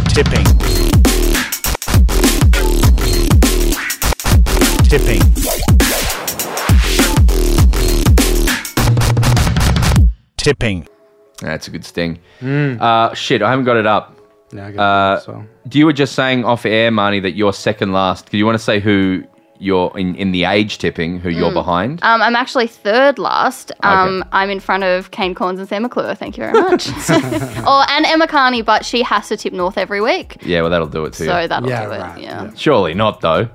S5: Tipping. Tipping. Tipping.
S2: That's a good sting. Uh, shit, I haven't got it up.
S3: Now I get
S2: Uh,
S3: it as well.
S2: Do you were just saying off air, Marnie, that you're second last. Do you want to say who you're in, in the age tipping, who you're behind?
S4: Um, I'm actually third last. Um,
S2: Okay.
S4: I'm in front of Kane Corns and Sam McClure. Thank you very much. oh, and Emma Carney, but she has to tip North every week.
S2: yeah, well, that'll do it to
S4: So
S2: you.
S4: that'll
S3: Yeah,
S4: do it.
S3: right,
S4: Yeah.
S3: yeah.
S2: Surely not, though.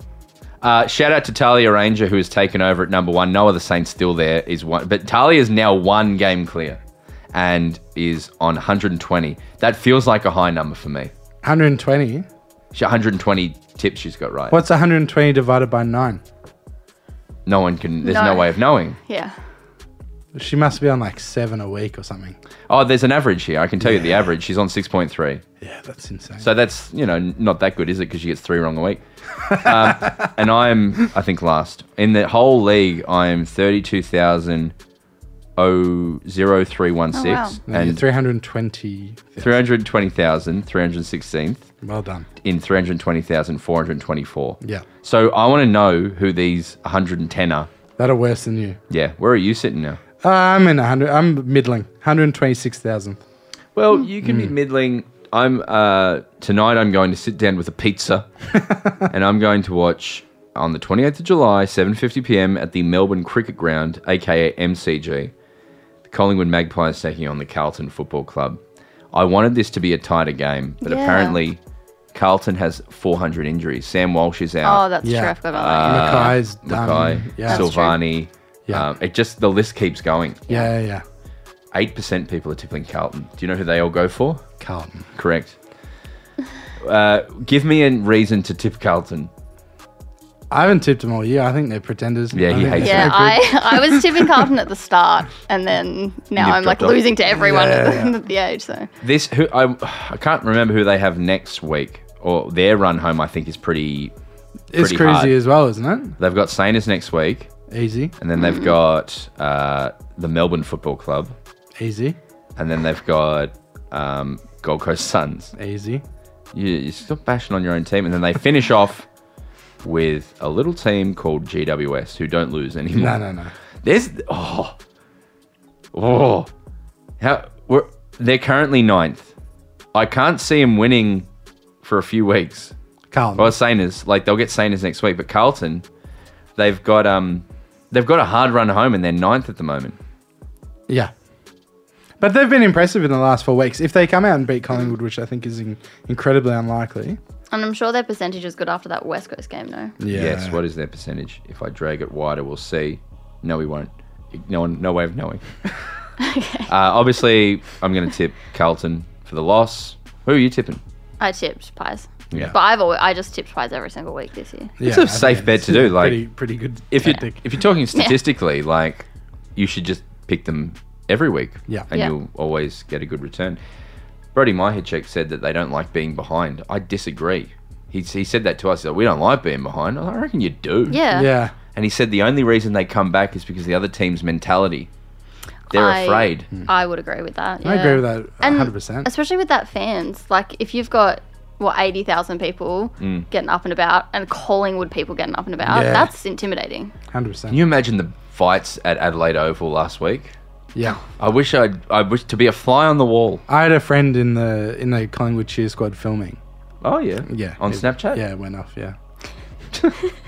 S2: Uh, shout out to Talia Ranger, who has taken over at number one. No other Saints still there is one, but Talia is now one game clear and is on 120. That feels like a high number for me.
S3: 120.
S2: She 120 tips she's got right.
S3: What's 120 divided by 9?
S2: No one can. There's no
S4: No.
S2: way of knowing.
S4: Yeah.
S3: She must be on like seven a week or something.
S2: Oh, there's an average here. I can tell you the average. She's on 6.3.
S3: Yeah, that's insane.
S2: So that's, you know, n- not that good, is it? Because she gets three wrong a week. Um, and I'm, I think, last. In the whole league, I'm 32,000.
S4: Oh, wow.
S3: and
S2: and
S3: 320.
S2: 320,316th
S3: Well done.
S2: in 320,424.
S3: Yeah.
S2: So I want to know who these 110 are.
S3: That are worse than you.
S2: Yeah. Where are you sitting now?
S3: Uh, I'm in 100. I'm middling. 126,000.
S4: Hmm.
S2: Well, you can be
S3: Hmm.
S2: middling. I'm uh, tonight. I'm going to sit down with a pizza, and I'm going to watch on the 28th of July, 7:50 p.m. at the Melbourne Cricket Ground, aka MCG. The Collingwood Magpies taking on the Carlton Football Club. I wanted this to be a tighter game, but
S4: Yeah.
S2: apparently Carlton has 400 injuries. Sam Walsh is out.
S4: Oh, that's
S3: Yeah. Uh,
S4: true. I forgot about that.
S3: Mackay's done.
S2: Ah, Mackay,
S3: yeah.
S4: That's true.
S2: Silvani.
S3: Yeah.
S2: Um, it just the list keeps going.
S3: yeah, yeah, yeah.
S2: Eight percent people are tipping Carlton. Do you know who they all go for?
S3: Carlton.
S2: Correct. Uh, give me a reason to tip Carlton.
S3: I haven't tipped them all year. I think they're pretenders.
S2: Yeah,
S3: I
S2: he
S3: think
S2: hates
S3: they're
S4: Yeah,
S3: so good.
S4: I, I was tipping Carlton at the start, and then now
S2: You've
S4: I'm like
S2: dropped off.
S4: losing to everyone
S3: Yeah,
S4: at, the,
S3: yeah, yeah.
S4: at the age. So
S2: This who I, I can't remember who they have next week or their run home. I think is pretty.
S3: It's
S2: pretty
S3: crazy
S2: hard.
S3: as well, isn't
S2: They've got Saners next week,
S3: it? Easy,
S2: and then they've got uh, the Melbourne Football Club,
S3: easy,
S2: and then they've got um, Gold Coast Suns.
S3: easy.
S2: You, you stop bashing on your own team, and then they finish off with a little team called GWS who don't lose anymore.
S3: No, no, no.
S2: There's oh oh how we're, they're currently ninth. I can't see them winning for a few weeks.
S3: Carlton.
S2: Well, Saners like they'll get Saners next week, but Carlton they've got um they've got a hard run home and they're ninth at the moment.
S3: Yeah. But they've been impressive in the last four weeks. If they come out and beat Collingwood, which I think is in- incredibly unlikely.
S4: and I'm sure their percentage is good after that West Coast game, no?
S3: Yeah.
S2: Yes. What is their percentage? If I drag it wider, we'll see. No, we won't. No one. No way of knowing. uh, obviously, I'm going to tip Carlton for the loss. Who are you tipping?
S4: I tipped Pies.
S2: Yeah.
S4: But I've always, I just tipped Pies every single week this year.
S3: Yeah,
S2: It's a
S3: I think
S2: safe bet
S3: it's
S2: to do, like-
S3: pretty, pretty good.
S2: if you
S3: tactic.
S2: if you're talking statistically, like you should just pick them every week.
S3: Yeah.
S2: and
S4: Yeah.
S2: you'll always get a good return. Brody Myhachek said that they don't like being behind. I disagree. He, he said that to us. That we don't like being behind. I was like, "I reckon you do.
S4: Yeah.
S3: yeah,
S2: And he said the only reason they come back is because the other team's mentality. They're
S4: I-
S2: afraid.
S4: I would agree with that.
S3: I
S4: yeah.
S3: agree with that
S4: And
S3: 100%.
S4: Especially with that fans. Like, if you've got, what, 80,000 people getting up and about and Collingwood people getting up and about,
S3: Yeah.
S4: that's intimidating.
S3: 100%.
S2: Can you imagine the fights at Adelaide Oval last week?
S3: yeah.
S2: I wish I'd. I wish to be a fly on the wall.
S3: I had a friend in the in the Collingwood cheer squad filming.
S2: Oh yeah,
S3: Yeah.
S2: On
S3: It-
S2: Snapchat.
S3: Yeah, it went off, yeah.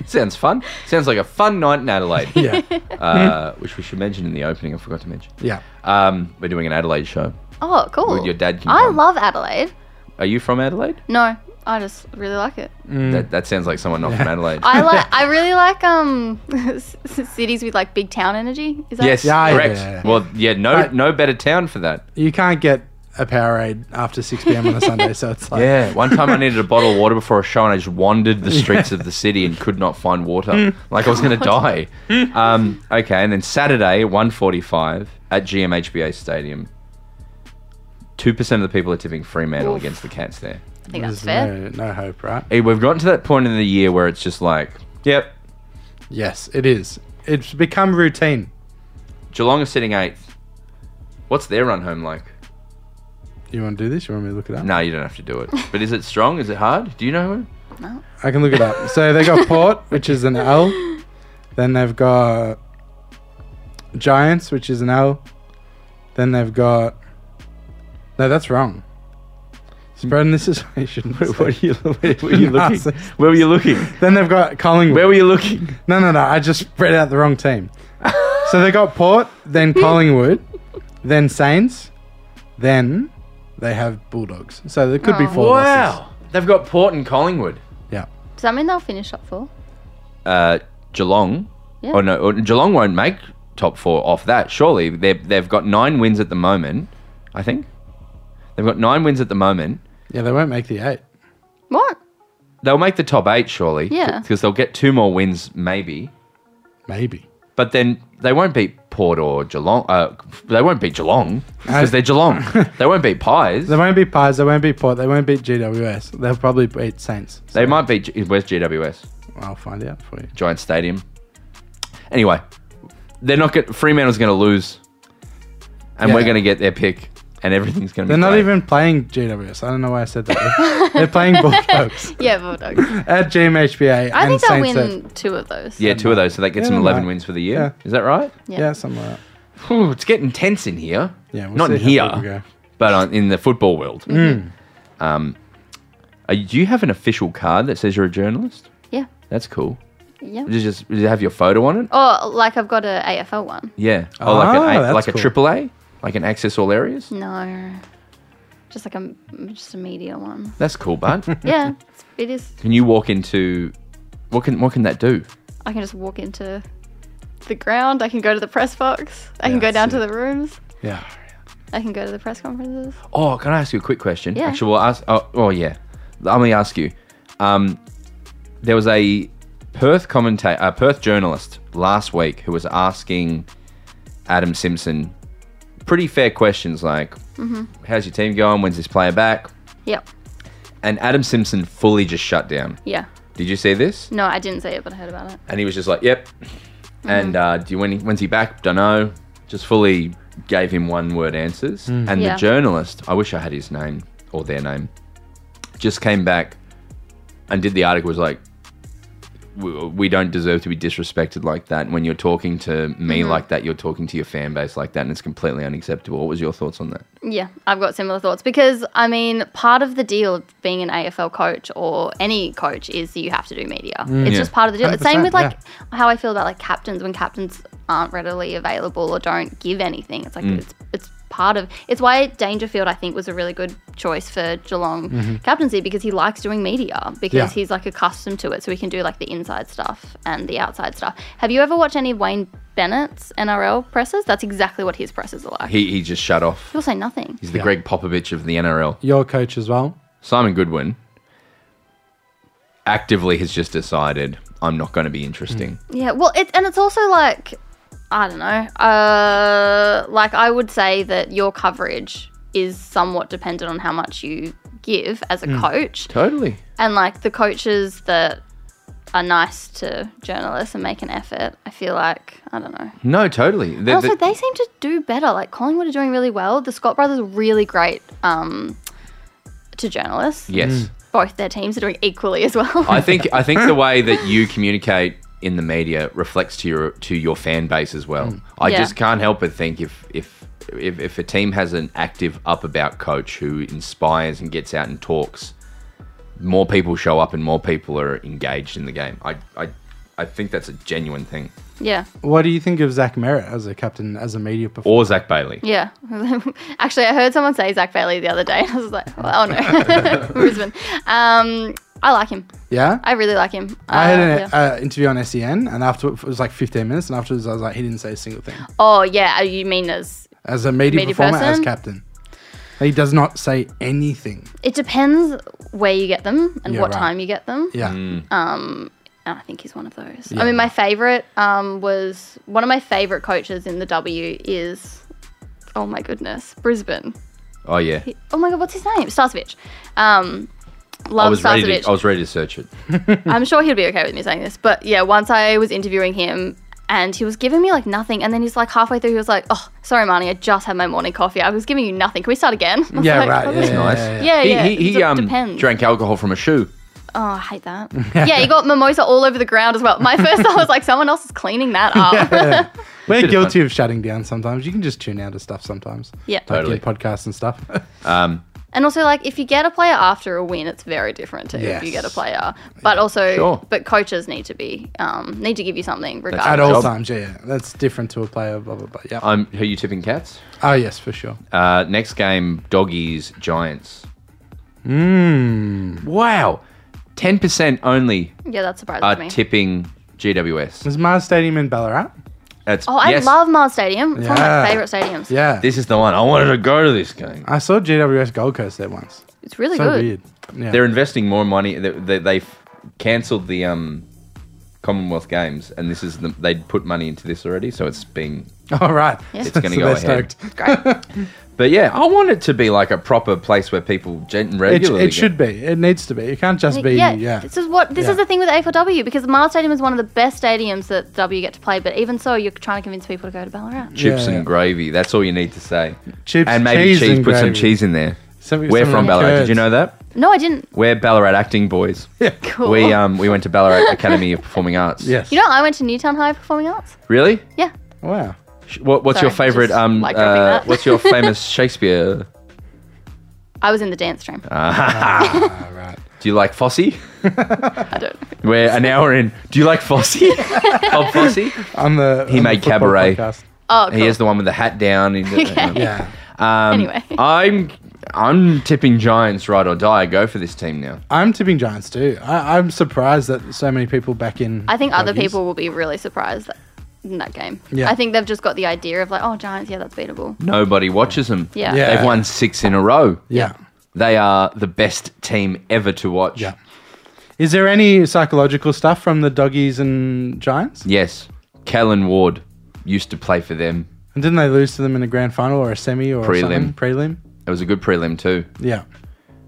S2: sounds fun. Sounds like a fun night in Adelaide.
S3: Yeah.
S2: uh, which we should mention in the opening. I forgot to mention.
S3: yeah.
S2: Um, we're doing an Adelaide show.
S4: Oh, cool.
S2: Well, your dad can
S4: I
S2: come.
S4: love Adelaide.
S2: Are you from Adelaide?
S4: No, I just really like it.
S2: That, that sounds like someone not from Adelaide.
S4: I like. I really like um s- s- cities with like big town energy. Is that
S2: yes,
S3: Yeah, yeah,
S2: correct.
S3: yeah, yeah.
S2: Well, yeah, no,
S3: But-
S2: no better town for that.
S3: You can't get a Powerade after 6 p.m. on a Sunday, so it's like,
S2: Yeah. One time I needed a bottle of water before a show, and I just wandered the streets of the city and could not find water. like I was going to die. um, okay, and then Saturday, 1.45 at GMHBA Stadium. Two percent of the people are tipping Fremantle against the Cats there.
S4: I think that's
S3: There's
S4: fair.
S3: no, no hope, right?
S2: Hey, We've gotten to that point in the year where it's just like, yep,
S3: Yes, it is. It's become routine.
S2: Geelong are sitting eighth. What's their run home like?
S3: You want to do this? You want me to look it up?
S2: No, you don't have to do it. But is it strong? Is it hard? Do you know?
S3: I can look it up. So they got Port, which is an L. Then they've got Giants, which is an L. Then they've got. No, that's wrong. Spreading this is what you shouldn't
S2: Where,
S3: say.
S2: Hmm. what are you, where were you looking?
S3: Nazis.
S2: Where were you looking?
S3: Then they've got Collingwood.
S2: Where were you looking?
S3: No, no, no. I just spread out the wrong team. so they got Port, then Collingwood, then Saints, then they have Bulldogs. So there could be
S4: Oh.
S3: four losses.
S2: Ah, Wow. They've got Port and Collingwood.
S3: Yeah.
S4: Does that mean they'll finish up four?
S2: Uh, Geelong.
S4: Yeah.
S2: Oh, no. oh, Geelong won't make top four off that, surely. They've, they've got nine wins at the moment, I think. They've got nine wins at the moment.
S3: Yeah, they won't make the eight.
S4: What?
S2: They'll make the top eight, surely.
S4: Yeah.
S2: Because they'll get two more wins, maybe.
S3: Maybe.
S2: But then they won't beat Port or Geelong. Uh, they won't beat Geelong because they're Geelong. they won't beat Pies.
S3: They won't be Pies. They won't be Port. They won't beat GWS. They'll probably beat Saints.
S2: They might beat G- West GWS,
S3: I'll find out for you.
S2: Giant Stadium. Anyway, they're not going. Fremantle's going to lose, and we're
S3: Yeah.
S2: going to get their pick, and everything's going to
S3: They're
S2: be.
S3: not
S2: great.
S3: even playing GWS. I don't know why I said that. They're playing Bulldogs
S4: Yeah, Bulldogs.
S3: at GMHBA.
S4: I
S3: and
S4: think they'll
S3: Saints
S4: win
S3: at-
S4: two of those.
S2: Yeah, two of those, so that gets
S3: Yeah,
S2: them
S3: they're
S2: eleven
S3: not.
S2: wins for the year. Is that right?
S4: Yeah.
S3: Yeah, something like that.
S2: Whew, it's getting tense in here.
S3: Yeah, we'll
S2: not in
S3: see how people
S2: here,
S3: go. Mm.
S2: but on, in the football world. Um, are, do you have an official card that says you're a journalist?
S4: Yeah.
S2: That's cool.
S4: Yeah.
S2: Does it just does it have your photo on it?
S4: Or like I've got a AFL one.
S2: Yeah. Oh, like
S3: Ah,
S2: an a,
S3: that's
S2: like a
S3: cool.
S2: triple A, like an Access All Areas.
S4: No. Just like a just a media one.
S2: That's cool, bud.
S4: Yeah, it's- it is.
S2: can you walk into? What can what can that do?
S4: I can just walk into the ground. I can go to the press box. I can
S3: Yeah,
S4: go down to
S3: sick.
S4: the rooms.
S3: Yeah.
S4: I can go to the press conferences.
S2: Oh, can I ask you a quick question?
S4: Yeah.
S2: Actually, well, ask. Oh, oh yeah. Let me ask you. Um, there was a Perth commentator, a Perth journalist last week who was asking Adam Simpson pretty fair questions like, "How's your team going? When's this player back?"
S4: Yep.
S2: And Adam Simpson fully just shut down.
S4: Yeah.
S2: Did you see this?
S4: No, I didn't say it, but I heard about it.
S2: and he was just like, "Yep." And uh, do you when he, when's he back? Don't know. Just fully gave him one word answers. And
S4: Yeah.
S2: the journalist, I wish I had his name or their name, just came back and did the article. Was like, "We, we don't deserve to be disrespected like that. When you're talking to me like that, you're talking to your fan base like that, and it's completely unacceptable." What was your thoughts on that?
S4: Yeah, I've got similar thoughts because I mean, part of the deal of being an AFL coach or any coach is you have to do media. it's
S2: Mm. Yeah.
S4: just part of the deal. It's same
S3: 100%,
S4: with like how I feel about like captains when captains aren't readily available or don't give anything. It's like
S2: Mm.
S4: it's it's part of it's why Dangerfield I think was a really good choice for Geelong
S2: Mm-hmm.
S4: captaincy because he likes doing media because
S3: Yeah.
S4: he's like accustomed to it so he can do like the inside stuff and the outside stuff. Have you ever watched any of Wayne Bennett's NRL presses? That's exactly what his presses are like.
S2: He he just shut off.
S4: He'll say nothing.
S2: He's the
S3: Yeah.
S2: Greg Popovich of the NRL.
S3: Your coach as well.
S2: Simon Goodwin actively has just decided I'm not going to be interesting.
S4: Yeah, well, it, and it's also like, I don't know, uh, like I would say that your coverage is somewhat dependent on how much you give as a coach.
S2: Totally.
S4: And like the coaches that are nice to journalists and make an effort, I feel like, I don't know.
S2: No, totally. The-
S4: also,
S2: the-
S4: they seem to do better. Like Collingwood are doing really well. The Scott brothers are really great um, to journalists.
S2: yes.
S4: Both their teams are doing equally as well.
S2: I think I think the way that you communicate in the media reflects to your to your fan base as well. I
S4: Yeah.
S2: just can't help but think if if if, if a team has an active up about coach who inspires and gets out and talks, more people show up and more people are engaged in the game. I I, I think that's a genuine thing.
S4: yeah.
S3: What do you think of Zach Merritt as a captain, as a media performer?
S2: Or Zach Bailey.
S4: Yeah. Actually, I heard someone say Zach Bailey the other day, and I was like, well, oh no, Brisbane. Um, I like him.
S3: Yeah.
S4: I really like him.
S3: I had
S4: Uh,
S3: an
S4: yeah.
S3: uh, interview on SEN, and after it was like 15 minutes, and afterwards I was like, he didn't say a single thing.
S4: oh yeah, you mean as
S3: As a media,
S4: Media
S3: performer, as
S4: person?
S3: captain, he does not say anything.
S4: it depends where you get them and
S3: Yeah,
S4: what
S3: right.
S4: time you get them.
S3: Yeah,
S2: Mm.
S4: And I think he's one of those. I mean, my favorite um, was one of my favorite coaches in the W is oh my goodness, Brisbane.
S2: Oh yeah.
S4: Oh my god, what's his name? Starcevich. Um, love
S2: I was ready.
S4: Starcevich.
S2: To, I was ready to search it.
S4: I'm sure he'll be okay with me saying this, but yeah, once I was interviewing him and he was giving me like nothing, and then he's like halfway through, he was like, "Oh, sorry, Marnie, I just had my morning coffee. I was giving you nothing. Can we start again?" I was
S3: Yeah,
S4: like,
S3: right.
S4: "Oh,
S3: Yeah,
S2: That's
S3: yeah,
S2: nice.
S3: yeah,
S4: yeah, yeah.
S2: He, he, he
S4: It
S2: um,
S4: depends.
S2: drank alcohol from a shoe.
S4: Oh, I hate that. yeah, he got mimosa all over the ground as well. My first thought was like, someone else is cleaning that up.
S3: yeah. We're
S2: Should've
S3: guilty of shutting down sometimes. You can just tune out of stuff sometimes.
S4: Yeah.
S3: Like
S2: Totally.
S3: in podcasts and stuff.
S2: Um,
S4: And also, like, if you get a player after a win, it's very different to if
S3: Yes.
S4: you get a player. But also,
S2: Sure.
S4: but coaches need to be um, need to give you something regardless.
S3: At all
S2: Job. Uh,
S3: times, yeah, yeah. That's different to a player, blah, blah, blah. Yeah.
S2: I'm. Who you tipping, cats?
S3: oh, yes, for sure.
S2: Uh, next game, doggies, giants.
S3: Hmm.
S2: Mmm. Wow. Ten percent only
S4: Yeah, that surprises
S3: Uh,
S2: are
S4: me.
S2: tipping GWS.
S3: Is Mars Stadium in Ballarat?
S2: That's
S4: Oh, I
S2: yes,
S4: love Mars Stadium. It's one of
S3: Yeah.
S4: my favorite stadiums.
S3: Yeah.
S2: This is the one. I wanted to go to this game.
S3: I saw GWS Gold Coast there once.
S4: It's really
S3: so
S4: good.
S3: weird. Yeah.
S2: They're investing more money. They, they, they've cancelled the um, Commonwealth Games, and this is the, they'd put money into this already, so it's being
S3: All right.
S2: it's going to
S3: So
S2: go
S3: they're
S2: ahead. Great. but yeah, I want it to be like a proper place where people gen-
S3: It,
S2: regularly.
S3: it should be. It needs to be. It can't just be,
S4: yeah,
S3: yeah.
S4: this is what this
S3: Yeah.
S4: is the thing with A4W because Mars Stadium is one of the best stadiums that W get to play. But even so, you're trying to convince people to go to Ballarat.
S2: get chips
S3: Yeah.
S2: and gravy. That's all you need to say.
S3: Chips,
S2: and maybe
S3: cheese
S2: cheese.
S3: and
S2: put some
S3: gravy.
S2: cheese in there.
S3: Some-
S2: We're
S3: some
S2: from Ballarat. Did you
S3: curds.
S2: know that?
S4: No, I didn't.
S2: We're Ballarat acting boys.
S3: Yeah.
S4: Cool.
S2: We um we went to Ballarat Academy of Performing Arts.
S3: Yes.
S4: You know, I went to Newtown High Performing Arts.
S2: Really?
S4: Yeah,
S3: Wow.
S2: Sh- What, what's your
S4: Sorry,
S2: favorite
S4: just
S2: um
S4: like dropping
S2: uh,
S4: that.
S2: what's your famous Shakespeare?
S4: I was in the dance stream.
S2: Ah.
S3: All right.
S2: Do you like Fosse?
S4: I don't. know.
S2: We're an hour in. Do you like Fosse? Bob Fosse? He
S3: On the on the
S2: made
S3: football
S2: Cabaret.
S3: podcast.
S4: Oh, cool.
S2: is the one with the hat down. He-
S3: Yeah.
S2: Um,
S4: Anyway.
S2: I'm I'm tipping Giants right or die. Go for this team now.
S3: I'm tipping Giants too. I, I'm surprised that so many people back in.
S4: I think other
S3: Doggies.
S4: people will be really surprised that, in that game.
S3: Oh, Yeah.
S4: I think they've just got the idea of like, oh, Giants, yeah, that's beatable.
S2: Nobody watches them.
S4: Yeah.
S3: Yeah.
S2: They've won six in a row.
S3: Yeah.
S2: They are the best team ever to watch.
S3: Yeah. Is there any psychological stuff from the doggies and Giants?
S2: Yes. Callan Ward used to play for them.
S3: And didn't they lose to them in a grand final or a semi or
S2: Prelim.
S3: something? Prelim.
S2: It was a good prelim too,
S3: Yeah.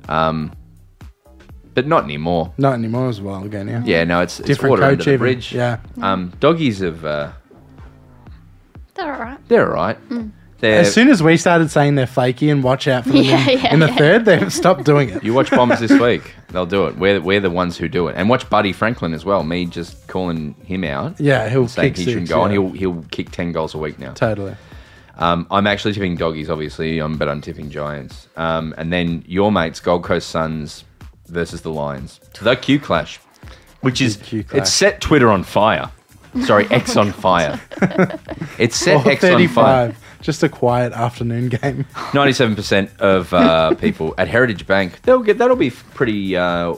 S2: but not anymore.
S3: Not anymore as well again, yeah.
S2: Yeah, no, it's, it's
S3: Different
S2: water
S3: coach
S2: under the
S3: even.
S2: bridge.
S3: Yeah.
S2: Um, doggies have, uh,
S4: They're all right.
S2: they're all right. They're,
S3: As soon as we started saying they're flaky and watch out for them
S4: Yeah,
S3: in,
S4: yeah,
S3: in the
S4: yeah.
S3: third, they've stopped doing it.
S2: you watch Bombers this week, they'll do it. We're, we're the ones who do it. And watch Buddy Franklin as well. Me just calling him out.
S3: Yeah, he'll
S2: saying
S3: kick
S2: he
S3: six,
S2: shouldn't go on.
S3: yeah.
S2: He'll he'll kick ten goals a week now.
S3: Totally.
S2: Um, I'm actually tipping doggies, obviously, um, but I'm tipping Giants. Um, and then your mates, Gold Coast Suns versus the Lions, the Q Clash, which is
S3: Q clash.
S2: it's set Twitter on fire. Sorry, X on fire. It's set
S3: Or
S2: X on fire.
S3: 35. Just a quiet afternoon game.
S2: Ninety-seven percent of uh, people at Heritage Bank. They'll get that'll be pretty uh,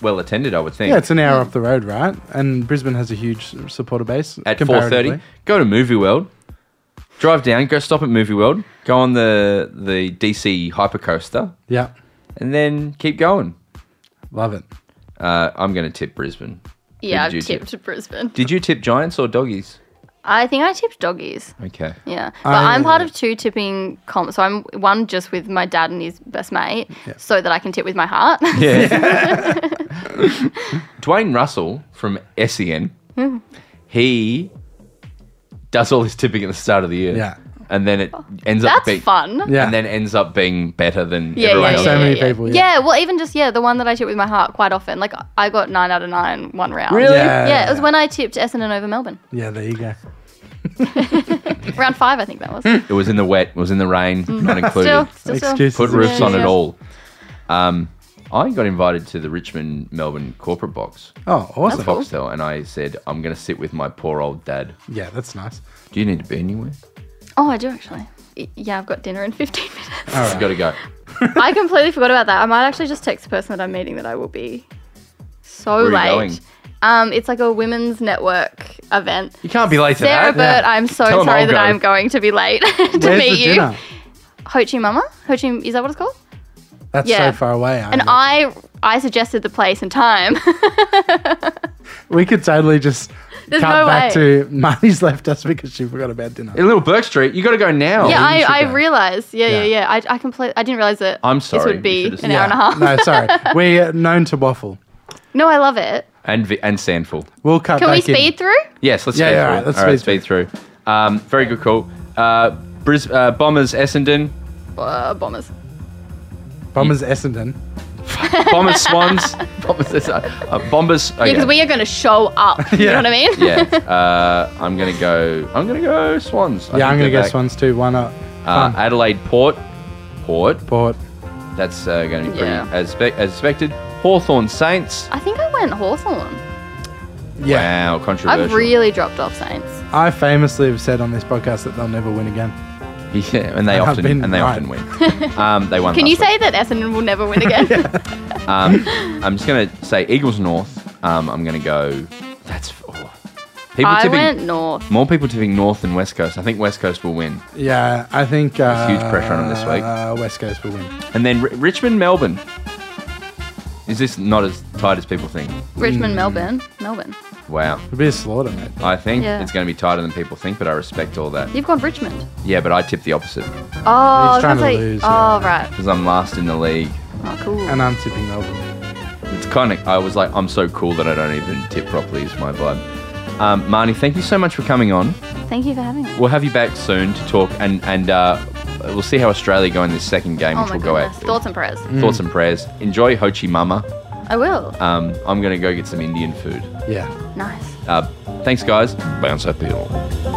S2: well attended, I would think.
S3: Yeah, it's an hour off the road, right? And Brisbane has a huge supporter base.
S2: at four
S3: comparatively.
S2: thirty. Go to Movie World. Drive down. Go stop at Movie World. Go on the the DC Hypercoaster,
S3: Yeah,
S2: and then keep going.
S3: love it.
S2: Uh, I'm going to tip Brisbane. Who
S4: Yeah,
S2: did
S4: I've
S2: you
S4: tipped Brisbane.
S2: Did you tip Giants or Doggies?
S4: I think I tipped doggies.
S2: Okay.
S4: Yeah, but
S3: I-
S4: I'm part of two tipping comps. So I'm one just with my dad and his best mate, so that I can tip with my heart.
S2: Yeah. Dwayne Russell from SEN,
S4: Hmm.
S2: he does all his tipping at the start of the year.
S3: Yeah.
S2: And then it ends up
S4: That's
S2: being
S4: fun.
S3: Yeah.
S2: And then ends up being better than
S4: Yeah,
S2: everyone
S4: yeah,
S2: else.
S4: yeah,
S3: So
S4: yeah,
S3: many
S4: yeah.
S3: people, yeah.
S4: Yeah. well, even just yeah, the one that I tipped with my heart quite often. Like I got nine out of nine one round.
S2: Really?
S4: Yeah,
S3: Yeah.
S4: it was when I tipped Essendon over Melbourne.
S3: Yeah, there you go.
S4: round five, I think that was.
S2: It was in the wet. It was in the rain. Not Hmm. included.
S4: Mm-hmm. still, still, still.
S3: Excuses.
S2: Put
S3: Yeah,
S2: roofs on
S4: yeah.
S2: it all. Um, I got invited to the Richmond Melbourne corporate box,
S3: Oh, awesome.
S4: That's cool.
S2: Foxtel, and I said I'm going to sit with my poor old dad.
S3: Yeah, that's nice.
S2: Do you need to be anywhere?
S4: Oh, I do actually. Y- Yeah, I've got dinner in 15 minutes.
S3: All
S2: I've
S3: right.
S2: got to go.
S4: I completely forgot about that. I might actually just text the person that I'm meeting that I will be so
S2: Where are you
S4: late.
S2: going?
S4: Um, it's like a women's network event.
S2: You can't be late to
S4: Sarah
S2: that.
S4: Burt, I'm so
S2: Tell 'em
S4: sorry
S2: I'll
S4: that
S2: go.
S4: I'm going to be late to
S3: Where's
S4: meet
S3: the
S4: you.
S3: dinner?
S4: Ho Chi Mama? Ho Chi, is that what it's called?
S3: That's
S4: Yeah.
S3: so far away.
S4: And I I suggested the place and time.
S3: we could totally just
S4: There's
S3: cut
S4: no
S3: back
S4: way.
S3: to Marty's left us because she forgot about dinner.
S2: In Little Burke Street, you got to go now.
S4: yeah,
S3: you should
S4: I,
S3: go.
S4: I realized. Yeah, yeah,
S3: Yeah.
S4: yeah. I, I completely, I didn't realize that.
S2: I'm
S4: This
S2: sorry, you
S4: would be
S2: should've said
S4: an hour and a half.
S3: no, sorry. We're known to waffle.
S4: No, I love it.
S2: And vi- and Sandful.
S3: We'll cut
S4: Can
S3: back
S4: we
S3: in.
S4: speed through?
S2: Yes, let's
S3: Yeah,
S2: speed
S3: yeah,
S2: through.
S3: alright, let's
S2: All right, speed
S3: speed
S2: through. Um, very good call. Uh, Bris- uh, Bombers Essendon,
S4: Uh, bombers.
S3: Bombers Essendon.
S2: Bombers Swans, Bombers Essendon, uh, Bombers.
S4: Yeah,
S2: Okay.
S4: because we are going to show up. You
S3: Yeah.
S4: know what I mean?
S2: yeah, uh, I'm gonna go. I'm gonna go Swans. I think
S3: Yeah, I'm
S2: they're
S3: going to go
S2: back.
S3: Swans too. Why not?
S2: Uh, Adelaide Port, Port.
S3: Port.
S2: That's uh, going to be pretty
S4: Yeah.
S2: as, spe- as expected. Hawthorn Saints.
S4: I think I went Hawthorn.
S3: Yeah.
S2: Wow, controversial.
S4: I've really dropped off Saints.
S3: I famously have said on this podcast that theyll never win again.
S2: yeah, and they
S3: I've
S2: often
S3: been
S2: and they
S3: right.
S2: often win. Um, they won.
S4: Can you
S2: last week.
S4: say that Essendon will never win again?
S2: Um, I'm just going to say Eagles North. Um, I'm going to go. That's oh. people
S4: I
S2: tipping
S4: went North.
S2: more people tipping North than West Coast. I think West Coast will win,
S3: Yeah, I think. Uh,
S2: There's huge pressure on them this week.
S3: Uh, West Coast will win.
S2: and then R- Richmond Melbourne. Is this not as tight as people think?
S4: Richmond,
S2: Mm.
S4: Melbourne. Melbourne.
S2: Wow.
S3: It'll be a slaughter, mate.
S2: I think
S4: Yeah.
S2: it's going to be tighter than people think, but I respect all that.
S4: You've gone Richmond.
S2: Yeah, but I tip the opposite
S4: Oh, I was
S3: trying
S4: gonna
S3: to
S4: say-
S3: lose,
S4: Oh,
S3: yeah.
S4: right.
S2: because I'm last in the league.
S4: Oh, cool.
S3: And I'm tipping Melbourne.
S2: It's kind of, I was like, I'm so cool that I don't even tip properly, is my vibe. Um, Marnie, thank you so much for coming on.
S4: Thank you for having me.
S2: We'll have you back soon to talk, and, and uh, we'll see how Australia go in this second game,
S4: Oh
S2: which
S4: my
S2: will go Mm.
S4: goodness.
S2: out.
S4: Thoughts and prayers.
S2: Thoughts and prayers. Enjoy Ho Chi Mama.
S4: I will.
S2: Um, I'm going to go get some Indian food.
S3: Yeah.
S4: Nice.
S2: Uh, thanks, guys. Bounce uphill.